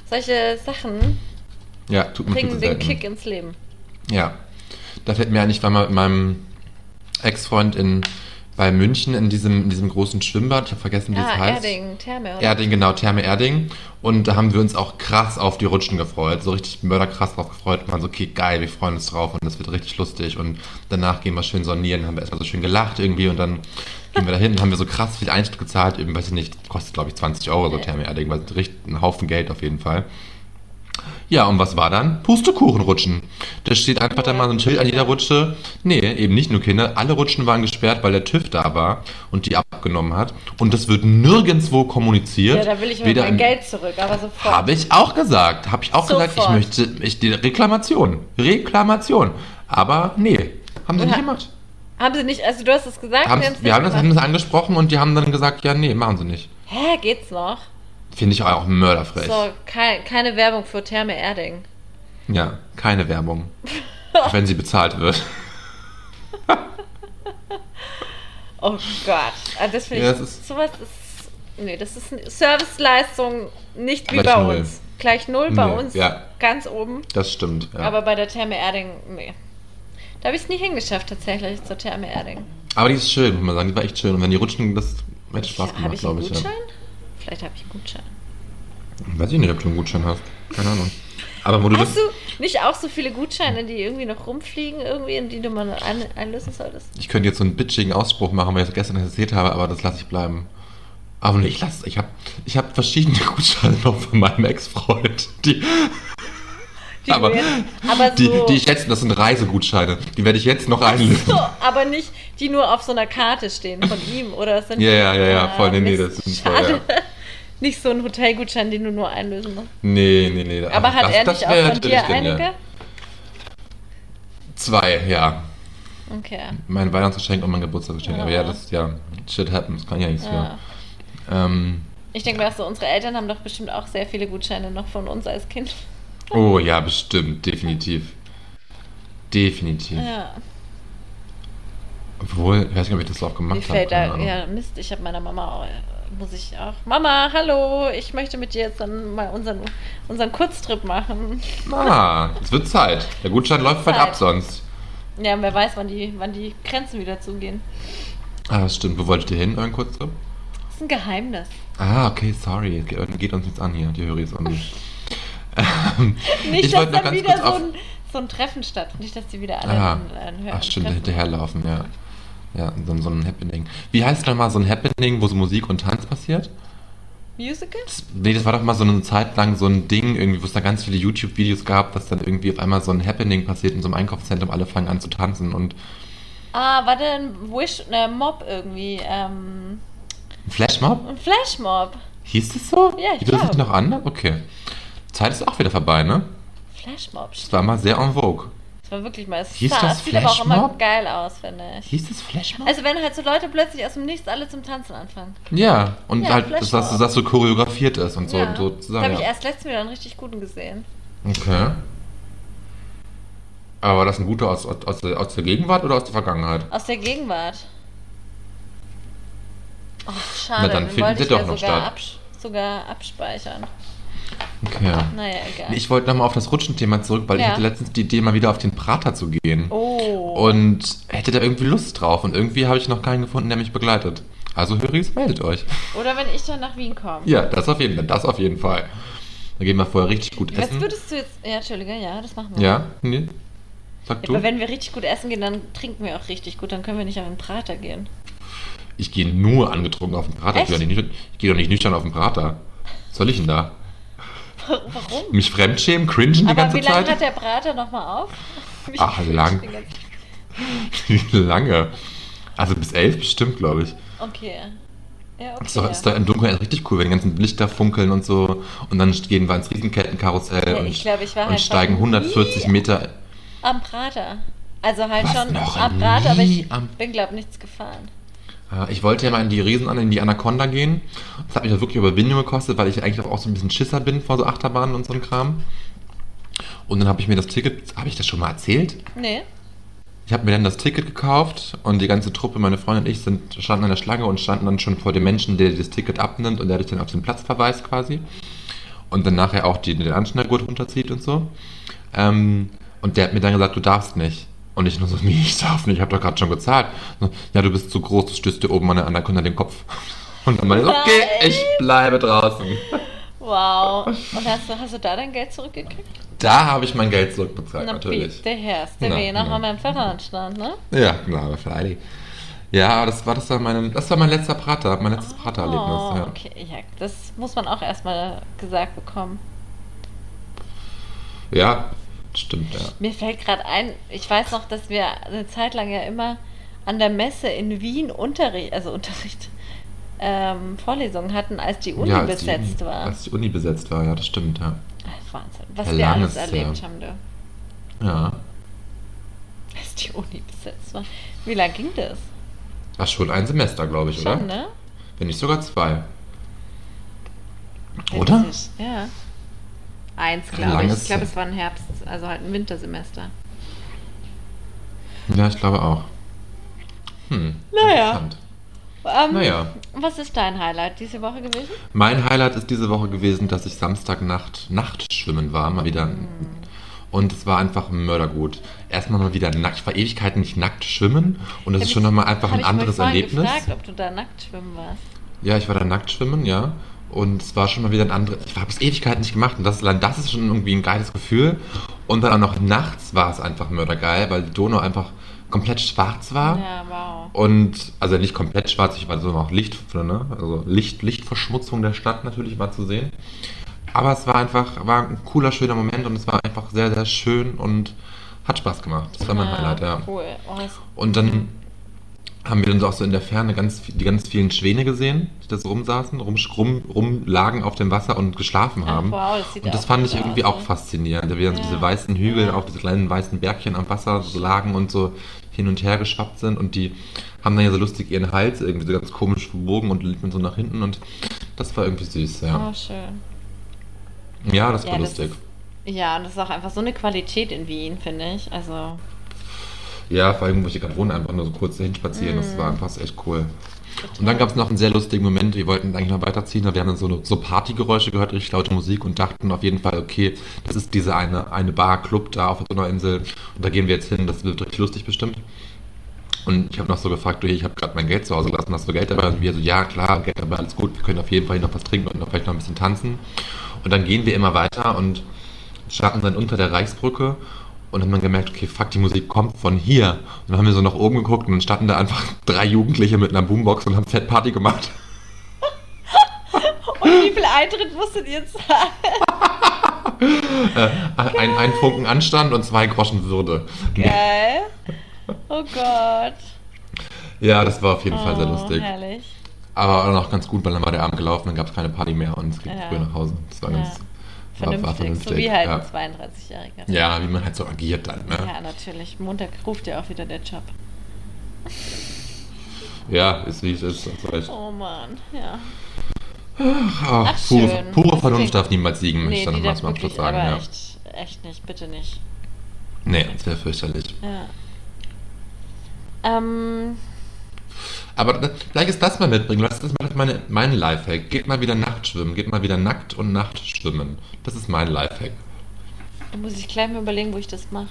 B: Solche Sachen
C: Ja, tut mir
B: bringen
C: viel
B: den Kick ins Leben.
C: Ja. Da fällt mir ein, ich war mal mit meinem Ex-Freund in, bei München in diesem, in diesem großen Schwimmbad. Ich habe vergessen, wie es
B: Ah,
C: heißt.
B: Erding, Therme, oder?
C: Erding, genau, Therme Erding. Und da haben wir uns auch krass auf die Rutschen gefreut. So richtig mörderkrass drauf gefreut. Und waren so, okay, geil, wir freuen uns drauf und das wird richtig lustig. Und danach gehen wir schön sonieren, haben wir erstmal so schön gelacht irgendwie und dann gehen wir da hin und haben wir so krass viel Eintritt gezahlt. Eben, weiß ich nicht, kostet glaube ich 20 Euro so Therme Erding, weil richtig ein Haufen Geld auf jeden Fall. Ja, und was war dann? Pustekuchenrutschen. Da steht einfach dann mal so ein Schild an jeder Rutsche. Nee, eben nicht nur Kinder. Alle Rutschen waren gesperrt, weil der TÜV da war und die abgenommen hat. Und das wird nirgendwo kommuniziert.
B: Ja, da will ich aber
C: Weder
B: mein
C: im-
B: Geld zurück, aber sofort.
C: Habe ich auch gesagt. Habe ich auch gesagt, ich
B: Sofort.
C: möchte ich, die Reklamation. Reklamation. Aber nee, haben sie
B: Und
C: nicht
B: ha-
C: gemacht.
B: Haben sie nicht, also du hast es gesagt,
C: Haben's,
B: es
C: wir haben das, haben
B: gemacht.
C: das angesprochen und die haben dann gesagt, ja, nee, machen sie nicht.
B: Hä, geht's noch?
C: Finde ich auch mörderfrech.
B: So, kein, keine Werbung für Therme Erding.
C: Ja, keine Werbung. auch wenn sie bezahlt wird.
B: Oh Gott. Also das finde
C: Ja,
B: ich,
C: das ist-
B: sowas ist, nee, das ist eine Serviceleistung nicht wie
C: Gleich
B: bei
C: null.
B: uns. Gleich null bei
C: Nee,
B: uns,
C: ja.
B: ganz oben,
C: Das stimmt. Ja.
B: aber bei der Therme Erding, nee. Da habe ich es nie hingeschafft tatsächlich zur Therme Erding.
C: Aber die ist schön, muss man sagen. Die war echt schön. Und wenn die rutschen, das hätte Spaß
B: Habe
C: gemacht,
B: ich einen
C: glaube ich. Ja.
B: Gutschein? Vielleicht habe ich einen Gutschein.
C: Weiß ich nicht, ob du einen Gutschein hast. Keine Ahnung. Aber wo du das.
B: Hast du nicht auch so viele Gutscheine, die irgendwie noch rumfliegen, irgendwie, in die du mal ein, einlösen solltest?
C: Ich könnte jetzt so einen bitchigen Ausspruch machen, weil ich das gestern erzählt habe, aber das lasse ich bleiben. Aber nee, ich lasse Ich habe ich hab verschiedene Gutscheine noch von meinem Ex-Freund. Die,
B: Die
C: aber,
B: du jetzt- aber
C: die,
B: so-
C: die ich jetzt, das sind Reisegutscheine. Die werde ich jetzt noch einlösen.
B: So, aber nicht die nur auf so einer Karte stehen von ihm oder sind
C: Ja, ja, ja, ja,
B: Ah,
C: voll, nee, nee,
B: Mist,
C: das ist voll,
B: schade. Nicht so ein Hotelgutschein, den du nur einlösen musst.
C: Nee, nee, nee.
B: Aber
C: ach,
B: hat er nicht
C: wär
B: auch von dir
C: natürlich genial.
B: einige?
C: Zwei, ja.
B: Okay.
C: Mein Weihnachtsgeschenk und mein Geburtstagsgeschenk. Aber ja,
B: Ah.
C: das, ja, shit happens, kann ich ja nichts
B: Ja.
C: für. Ähm,
B: Ich denke mir auch so, unsere Eltern haben doch bestimmt auch sehr viele Gutscheine noch von uns als Kind.
C: oh ja, bestimmt, definitiv. Definitiv.
B: Ja,
C: Obwohl, ich weiß nicht, ob ich das auch
B: mir
C: gemacht habe.
B: fällt
C: keine
B: da,
C: Ahnung.
B: ja, Mist, ich habe meiner Mama auch, äh, muss ich auch. Mama, hallo, ich möchte mit dir jetzt dann mal unseren, unseren Kurztrip machen.
C: Ah, es wird Zeit. Der Gutschein läuft bald
B: Zeit.
C: ab sonst.
B: Ja, und wer weiß, wann die, wann die Grenzen wieder zugehen.
C: Ah, das stimmt. Wo wolltet ihr hin, euren Kurztrip?
B: Das ist ein Geheimnis.
C: Ah, okay, sorry. Geht, geht uns nichts an hier, die Höris und die. Ähm,
B: Nicht,
C: ich
B: dass
C: wollte noch
B: dann
C: ganz
B: wieder
C: kurz
B: so
C: auf...
B: ein, so ein Treffen stattfindet. Nicht, dass die wieder alle äh,
C: Ah,
B: an- anhören.
C: ach stimmt,
B: Treffen.
C: hinterherlaufen, ja. Ja, so, so ein Happening. Wie heißt nochmal so ein Happening, wo so Musik und Tanz passiert?
B: Musical?
C: Das, nee, das war doch mal so eine Zeit lang so ein Ding, irgendwie, wo es da ganz viele YouTube-Videos gab, dass dann irgendwie auf einmal so ein Happening passiert in so einem Einkaufszentrum, alle fangen an zu tanzen und
B: Ah, war denn Wish, ne, Mob irgendwie? Ähm,
C: ein Flashmob?
B: ein Flashmob.
C: Hieß das so?
B: Ja, ich
C: Gibt das nicht
B: glaub.
C: noch an? Okay. Zeit ist auch wieder vorbei, ne?
B: Flashmob.
C: Das war mal sehr en vogue.
B: Das war wirklich mal. Es
C: Hieß
B: sah,
C: das
B: es sieht aber auch immer
C: Flashmob?
B: geil aus, finde ich.
C: Hieß das Flashmob?
B: Also wenn halt so Leute plötzlich aus dem Nichts alle zum Tanzen anfangen.
C: ja, und
B: Also, Ja,
C: halt, dass das,
B: Flashmob.
C: dass das so choreografiert ist und so,
B: ja.
C: so
B: da
C: zusammen.
B: habe ich
C: ja.
B: erst letztens wieder einen richtig guten gesehen.
C: Okay. Aber war das ein guter aus, aus, aus, der, aus der Gegenwart oder aus der Vergangenheit?
B: Aus der Gegenwart. Ach, schade.
C: Na, dann
B: den
C: finden
B: wollte
C: sie
B: ich ja
C: doch noch
B: sogar,
C: statt.
B: absch sogar abspeichern.
C: Okay.
B: Naja, egal.
C: Ich wollte nochmal auf das Rutschenthema zurück, weil ich
B: Ja.
C: hatte letztens die Idee, mal wieder auf den Prater zu gehen.
B: oh.
C: Und hätte da irgendwie Lust drauf. Und irgendwie habe ich noch keinen gefunden, der mich begleitet. Also Höris, meldet euch.
B: Oder wenn ich dann nach Wien komme.
C: Ja, das auf jeden Fall. Das auf jeden Fall. Dann gehen wir vorher richtig gut
B: Was
C: essen.
B: würdest du jetzt. Ja, Entschuldige, ja, das machen wir.
C: Ja? Nee? Sag
B: Ja,
C: du.
B: Aber wenn wir richtig gut essen gehen, dann trinken wir auch richtig gut. Dann können wir nicht auf den Prater gehen.
C: Ich gehe nur angetrunken auf den Prater. Ich
B: Echt?
C: gehe doch nicht nüchtern- ich gehe doch nicht nüchtern auf den Prater. Was soll ich denn da?
B: Warum?
C: Mich fremdschämen, cringen die
B: Aber
C: ganze
B: wie lange hat
C: Zeit?
B: der Prater nochmal auf? Mich
C: Ach, lang.
B: den ganzen-
C: Lange. Also bis elf bestimmt, glaube ich.
B: Okay. Ja, okay.
C: Ist doch, Also, ist doch im Dunkeln richtig cool, wenn die ganzen Lichter funkeln und so. Und dann gehen wir ins Riesenkettenkarussell
B: Ja,
C: und,
B: ich glaub, ich war
C: und
B: halt
C: steigen
B: noch
C: 140
B: nie-
C: Meter.
B: am Prater. Also halt
C: Was,
B: schon
C: noch
B: am Prater, aber
C: nie
B: ich
C: am-
B: bin, glaube nichts gefahren.
C: Äh, Ich wollte ja mal in die Riesenanne, in die Anaconda gehen. Das hat mich ja wirklich Überwindung gekostet, weil ich eigentlich auch so ein bisschen Schisser bin vor so Achterbahnen und so einem Kram. Und dann habe ich mir das Ticket, habe ich das schon mal erzählt?
B: Nee.
C: Ich habe mir dann das Ticket gekauft und die ganze Truppe, meine Freundin und ich, sind, standen an der Schlange und standen dann schon vor dem Menschen, der das Ticket abnimmt und der dich dann auf den Platz verweist quasi. Und dann nachher auch die, den Anschnallgurt runterzieht und so. Ähm, und der hat mir dann gesagt, du darfst nicht. Und ich nur so, wie, ich darf nicht, ich habe doch gerade schon gezahlt. So, ja, du bist zu groß, du stößt dir oben an der Anaconda den Kopf. Und dann meinte ich, so, okay,
B: Nein.
C: ich bleibe draußen.
B: Wow. Und hast du, hast du da dein Geld zurückgekriegt?
C: Da habe ich mein Geld zurückbezahlt,
B: Na,
C: natürlich.
B: bitte herst. Der
C: Na,
B: Weh nach
C: na.
B: meinem Verhandstand, ne?
C: Ja, genau, na, freilich. Ja, das war das war mein, das war mein letzter Prater, mein letztes Prater-Erlebnis.
B: Oh,
C: Ja.
B: okay. Ja, das muss man auch erstmal gesagt bekommen.
C: ja, stimmt, ja.
B: Mir fällt gerade ein, ich weiß noch, dass wir eine Zeit lang ja immer an der Messe in Wien Unterricht, also Unterricht, ähm, Vorlesungen hatten, als die Uni
C: ja, als die
B: besetzt
C: Uni,
B: war.
C: Als die Uni besetzt war, ja, das stimmt, ja.
B: Ach, Wahnsinn, was
C: Ja,
B: wir
C: lang
B: alles
C: ist,
B: erlebt
C: ja.
B: haben, du.
C: Ja,
B: Als die Uni besetzt war. Wie lang ging das?
C: war schon ein Semester, glaube ich, oder?
B: Schon, ne?
C: Wenn nicht sogar zwei. Oder?
B: Witzig, Ja. Eins,
C: Ein
B: glaube ich.
C: langes
B: Ich glaube,
C: Sem-
B: es war ein Herbst, also halt ein Wintersemester.
C: Ja, ich glaube auch. Hm,
B: Naja.
C: interessant.
B: Ähm,
C: Naja.
B: Was ist dein Highlight diese Woche gewesen?
C: Mein Highlight ist diese Woche gewesen, dass ich Samstagnacht Nachtschwimmen war, mal wieder. Und es war einfach mördergut. Erstmal mal wieder nackt. Ich war Ewigkeiten nicht nackt schwimmen. Und das
B: Hab
C: ist schon
B: ich-
C: nochmal einfach
B: hab
C: ein anderes
B: ich vorhin
C: Erlebnis.
B: gefragt, ob du da nackt schwimmen warst.
C: Ja, ich war da nackt schwimmen, ja. Und es war schon mal wieder ein anderes. Ich habe es Ewigkeiten nicht gemacht. Und das, allein das ist schon irgendwie ein geiles Gefühl. Und dann auch noch nachts war es einfach mördergeil, weil die Donau einfach komplett schwarz war.
B: Ja, wow.
C: Und, also nicht komplett schwarz, ich war so noch Licht, ne? also Licht, Lichtverschmutzung der Stadt natürlich war zu sehen. Aber es war einfach, war ein cooler, schöner Moment und es war einfach sehr, sehr schön und hat Spaß gemacht. Das war mein
B: Ah,
C: Highlight, ja.
B: Cool. Oh, das
C: Und dann haben wir dann so auch so in der Ferne ganz, viel- die ganz vielen Schwäne gesehen, die da so rumsaßen, rum, rum, rumlagen auf dem Wasser und geschlafen
B: Ach,
C: haben.
B: wow, das sieht
C: und das
B: auch
C: fand
B: gut
C: ich irgendwie
B: aus,
C: auch
B: ne?
C: faszinierend, da wir dann so
B: Ja.
C: diese weißen Hügel
B: Ja.
C: auf diese kleinen weißen Bergchen am Wasser so lagen und so hin und her geschwappt sind und die haben dann ja so lustig ihren Hals irgendwie so ganz komisch verbogen und liefen so nach hinten und das war irgendwie süß, ja.
B: oh, schön.
C: Ja, das war
B: Oh. Ja, das
C: lustig.
B: ist- Ja, und das ist auch einfach so eine Qualität in Wien, finde ich. Also,
C: Ja, vor allem, wo ich hier gerade wohne, einfach nur so kurz dahin spazieren. Das war einfach echt cool. Und dann gab es noch einen sehr lustigen Moment. Wir wollten eigentlich noch weiterziehen, aber wir haben dann so, so Partygeräusche gehört, richtig laute Musik und dachten auf jeden Fall, okay, das ist diese eine, eine Bar, Club da auf der Donauinsel und da gehen wir jetzt hin. Das wird richtig lustig bestimmt. Und ich habe noch so gefragt, du, hier, ich habe gerade mein Geld zu Hause gelassen, hast du Geld dabei? Und wir so, ja, klar, Geld dabei, alles gut, wir können auf jeden Fall hier noch was trinken und noch vielleicht noch ein bisschen tanzen. Und dann gehen wir immer weiter und standen dann unter der Reichsbrücke und haben dann gemerkt, okay, fuck, die Musik kommt von hier. Und dann haben wir so nach oben geguckt und dann standen da einfach drei Jugendliche mit einer Boombox und haben Fettparty gemacht.
B: und wie viel Eintritt musstet ihr zahlen?
C: Ein, ein Funken Anstand und zwei Groschen Würde.
B: Geil. Oh Gott.
C: Ja, das war auf jeden Fall sehr
B: oh,
C: lustig.
B: Herrlich.
C: Aber auch noch ganz gut, weil dann war der Abend gelaufen, dann gab es keine Party mehr und es ging
B: Ja.
C: früher nach Hause. Das war
B: Ja.
C: ganz
B: Vernünftig.
C: War, war vernünftig.
B: So wie halt
C: ja.
B: ein 32-Jähriger.
C: Ja, wie man halt so agiert dann, ne?
B: Ja, natürlich. Montag ruft ja auch wieder der Job.
C: Ja, ist wie es ist. hast du recht.
B: Oh Mann, ja.
C: Ach,
B: Ach,
C: pure,
B: schön.
C: pure
B: Deswegen-
C: Vernunft darf niemals siegen, möchte ich dann
B: die
C: nochmal
B: darf
C: zum Abschluss
B: wirklich
C: sagen.
B: aber
C: Ja.
B: echt, echt nicht, bitte nicht.
C: Nee, das wäre fürchterlich.
B: Ja. Ähm,
C: Aber da- vielleicht ist das mal mitbringen. Das ist mal meine, mein Lifehack. Geht mal wieder nackt schwimmen. Geht mal wieder nackt und Nacht schwimmen. Das ist mein Lifehack.
B: da muss ich gleich mal überlegen, wo ich das mache.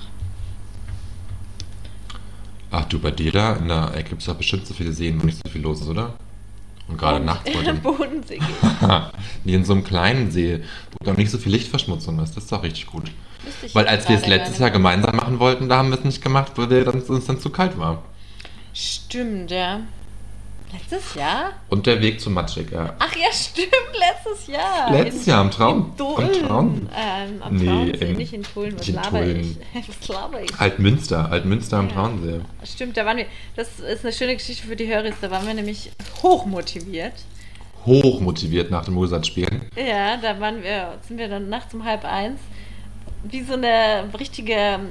C: Ach du, bei dir da in der Ecke gibt es doch bestimmt so viele Seen, wo nicht so viel los ist, oder? Und gerade
B: Oh.
C: nachts bei dem,
B: Bodensee.
C: wie in so einem kleinen See, wo doch nicht so viel Lichtverschmutzung ist. Das ist doch richtig gut.
B: Wüsste ich
C: Weil
B: jetzt
C: als wir es
B: gerade gar
C: letztes
B: nicht.
C: Jahr gemeinsam machen wollten, da haben wir es nicht gemacht, weil wir dann, uns dann zu kalt war.
B: Stimmt, ja. Letztes Jahr?
C: Und der Weg zu Matschig, ja.
B: Ach ja, stimmt, letztes Jahr.
C: Letztes Jahr am Traum.
B: Im
C: Am
B: Dolen.
C: Traum.
B: Ähm, am
C: Nee,
B: Traunsee,
C: in-
B: nicht in Polen. Was
C: nicht in
B: laber
C: Tulln.
B: ich? Was laber ich?
C: Altmünster, Altmünster am
B: Ja.
C: Traunsee.
B: Stimmt, da waren wir. Das ist eine schöne Geschichte für die Höris. Da waren wir nämlich hochmotiviert.
C: Hoch motiviert nach dem Mozart-Spielen.
B: Ja, da waren wir, sind wir dann nachts um halb eins wie so mm, eine richtige ähm,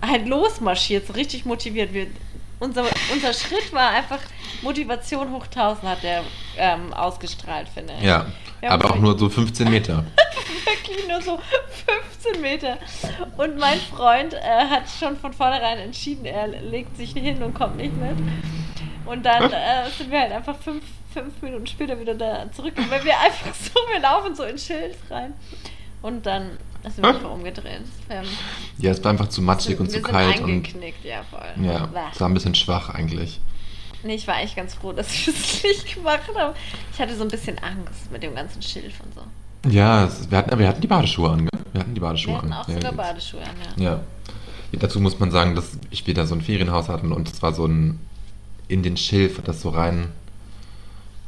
B: halt losmarschiert, so richtig motiviert. Wir unser, unser Schritt war einfach Motivation hoch 1000 hat der ähm, ausgestrahlt, finde ich.
C: Ja,
B: Wir haben
C: aber auch
B: wirklich-
C: nur so 15 Meter.
B: wirklich nur so 15 Meter. Und mein Freund äh, hat schon von vornherein entschieden, er legt sich hin und kommt nicht mit. Und dann äh, sind wir halt einfach fünf, fünf Minuten später wieder da zurück, weil wir einfach so, wir laufen so in Schild rein. Und dann sind wir einfach umgedreht. Wir, haben,
C: Ja, es war einfach zu matschig
B: sind,
C: und
B: wir
C: zu
B: sind
C: kalt und
B: eingeknickt, ja voll.
C: ja,
B: Bäh.
C: es war ein bisschen schwach eigentlich.
B: Nee, ich war eigentlich ganz froh, dass wir es nicht gemacht haben. Ich hatte so ein bisschen Angst mit dem ganzen Schilf und so.
C: Ja, es, wir, hatten, aber wir hatten die Badeschuhe an, gell? Wir hatten die Badeschuhe
B: Wir hatten
C: an.
B: auch
C: ja,
B: sogar
C: jetzt-
B: Badeschuhe an, ja.
C: Ja. Dazu muss man sagen, dass ich wieder so ein Ferienhaus hatten und es war so ein in den Schilf das so rein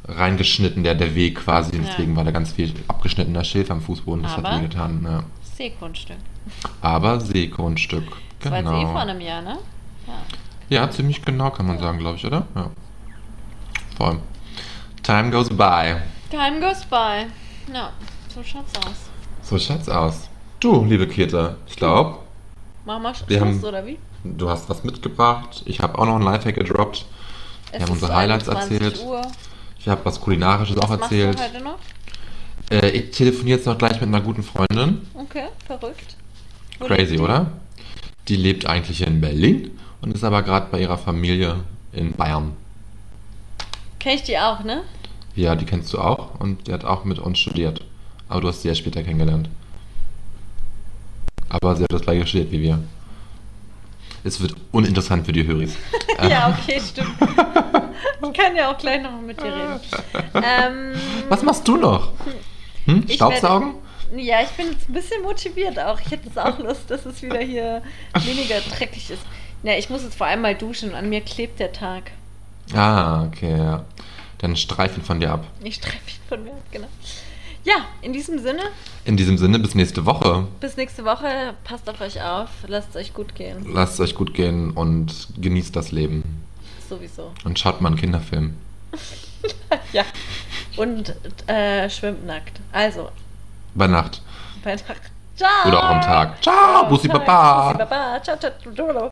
C: reingeschnitten, der, der Weg quasi.
B: Ja.
C: Deswegen war da ganz viel abgeschnittener Schilf am Fußboden. Das hat
B: Aber-
C: weh getan. Ja.
B: Seegrundstück.
C: Aber Seegrundstück.
B: Das war jetzt eh vor
C: Genau.
B: einem Jahr, ne? Ja.
C: Ja, ziemlich genau kann man sagen, glaube ich, oder? Ja. Voll. Time goes by.
B: Time goes by. Ja, so schaut's aus.
C: So schaut's aus. Du, liebe Kita, ich glaube,
B: Machen wir Sch-
C: Wir
B: Schluss,
C: haben-
B: oder wie?
C: du hast was mitgebracht. Ich habe auch noch ein Lifehack gedroppt.
B: Es
C: haben unsere Highlights
B: 21
C: erzählt.
B: Uhr.
C: Ich habe was Kulinarisches auch
B: Was
C: erzählt.
B: machst du heute noch?
C: Äh, ich telefoniere jetzt noch gleich mit einer guten Freundin.
B: Okay, verrückt. Wo
C: Crazy,
B: lebt die?
C: oder? Die lebt eigentlich in Berlin und ist aber gerade bei ihrer Familie in Bayern.
B: Kenn ich die auch, ne?
C: Ja, die kennst du auch und die hat auch mit uns studiert. Aber du hast sie ja später kennengelernt. Aber sie hat das gleiche studiert wie wir. Es wird uninteressant für die Höris.
B: Ja, okay, stimmt. ich kann ja auch gleich noch mit dir reden. Ähm,
C: Was machst du noch? Hm?
B: Ich
C: Staubsaugen?
B: Ja, ich bin jetzt ein bisschen motiviert auch. Ich hätte jetzt auch Lust, dass es wieder hier weniger dreckig ist. Na, ich muss jetzt vor allem mal duschen und an mir klebt der Tag.
C: Ah, okay, ja. Dann streif ihn von dir ab.
B: Ich streife ihn von mir ab, genau. Ja, in diesem Sinne,
C: In diesem Sinne, bis nächste Woche.
B: bis nächste Woche. Passt auf euch auf. Lasst es euch gut gehen.
C: Lasst es euch gut gehen und genießt das Leben.
B: Sowieso.
C: Und schaut mal einen Kinderfilm.
B: Ja. Und äh, schwimmt nackt. Also,
C: Bei Nacht.
B: bei Nacht. Ciao.
C: Oder auch am Tag.
B: Ciao,
C: Ciao, Bussi
B: ciao.
C: Baba.
B: Bussi Baba. Ciao, ciao.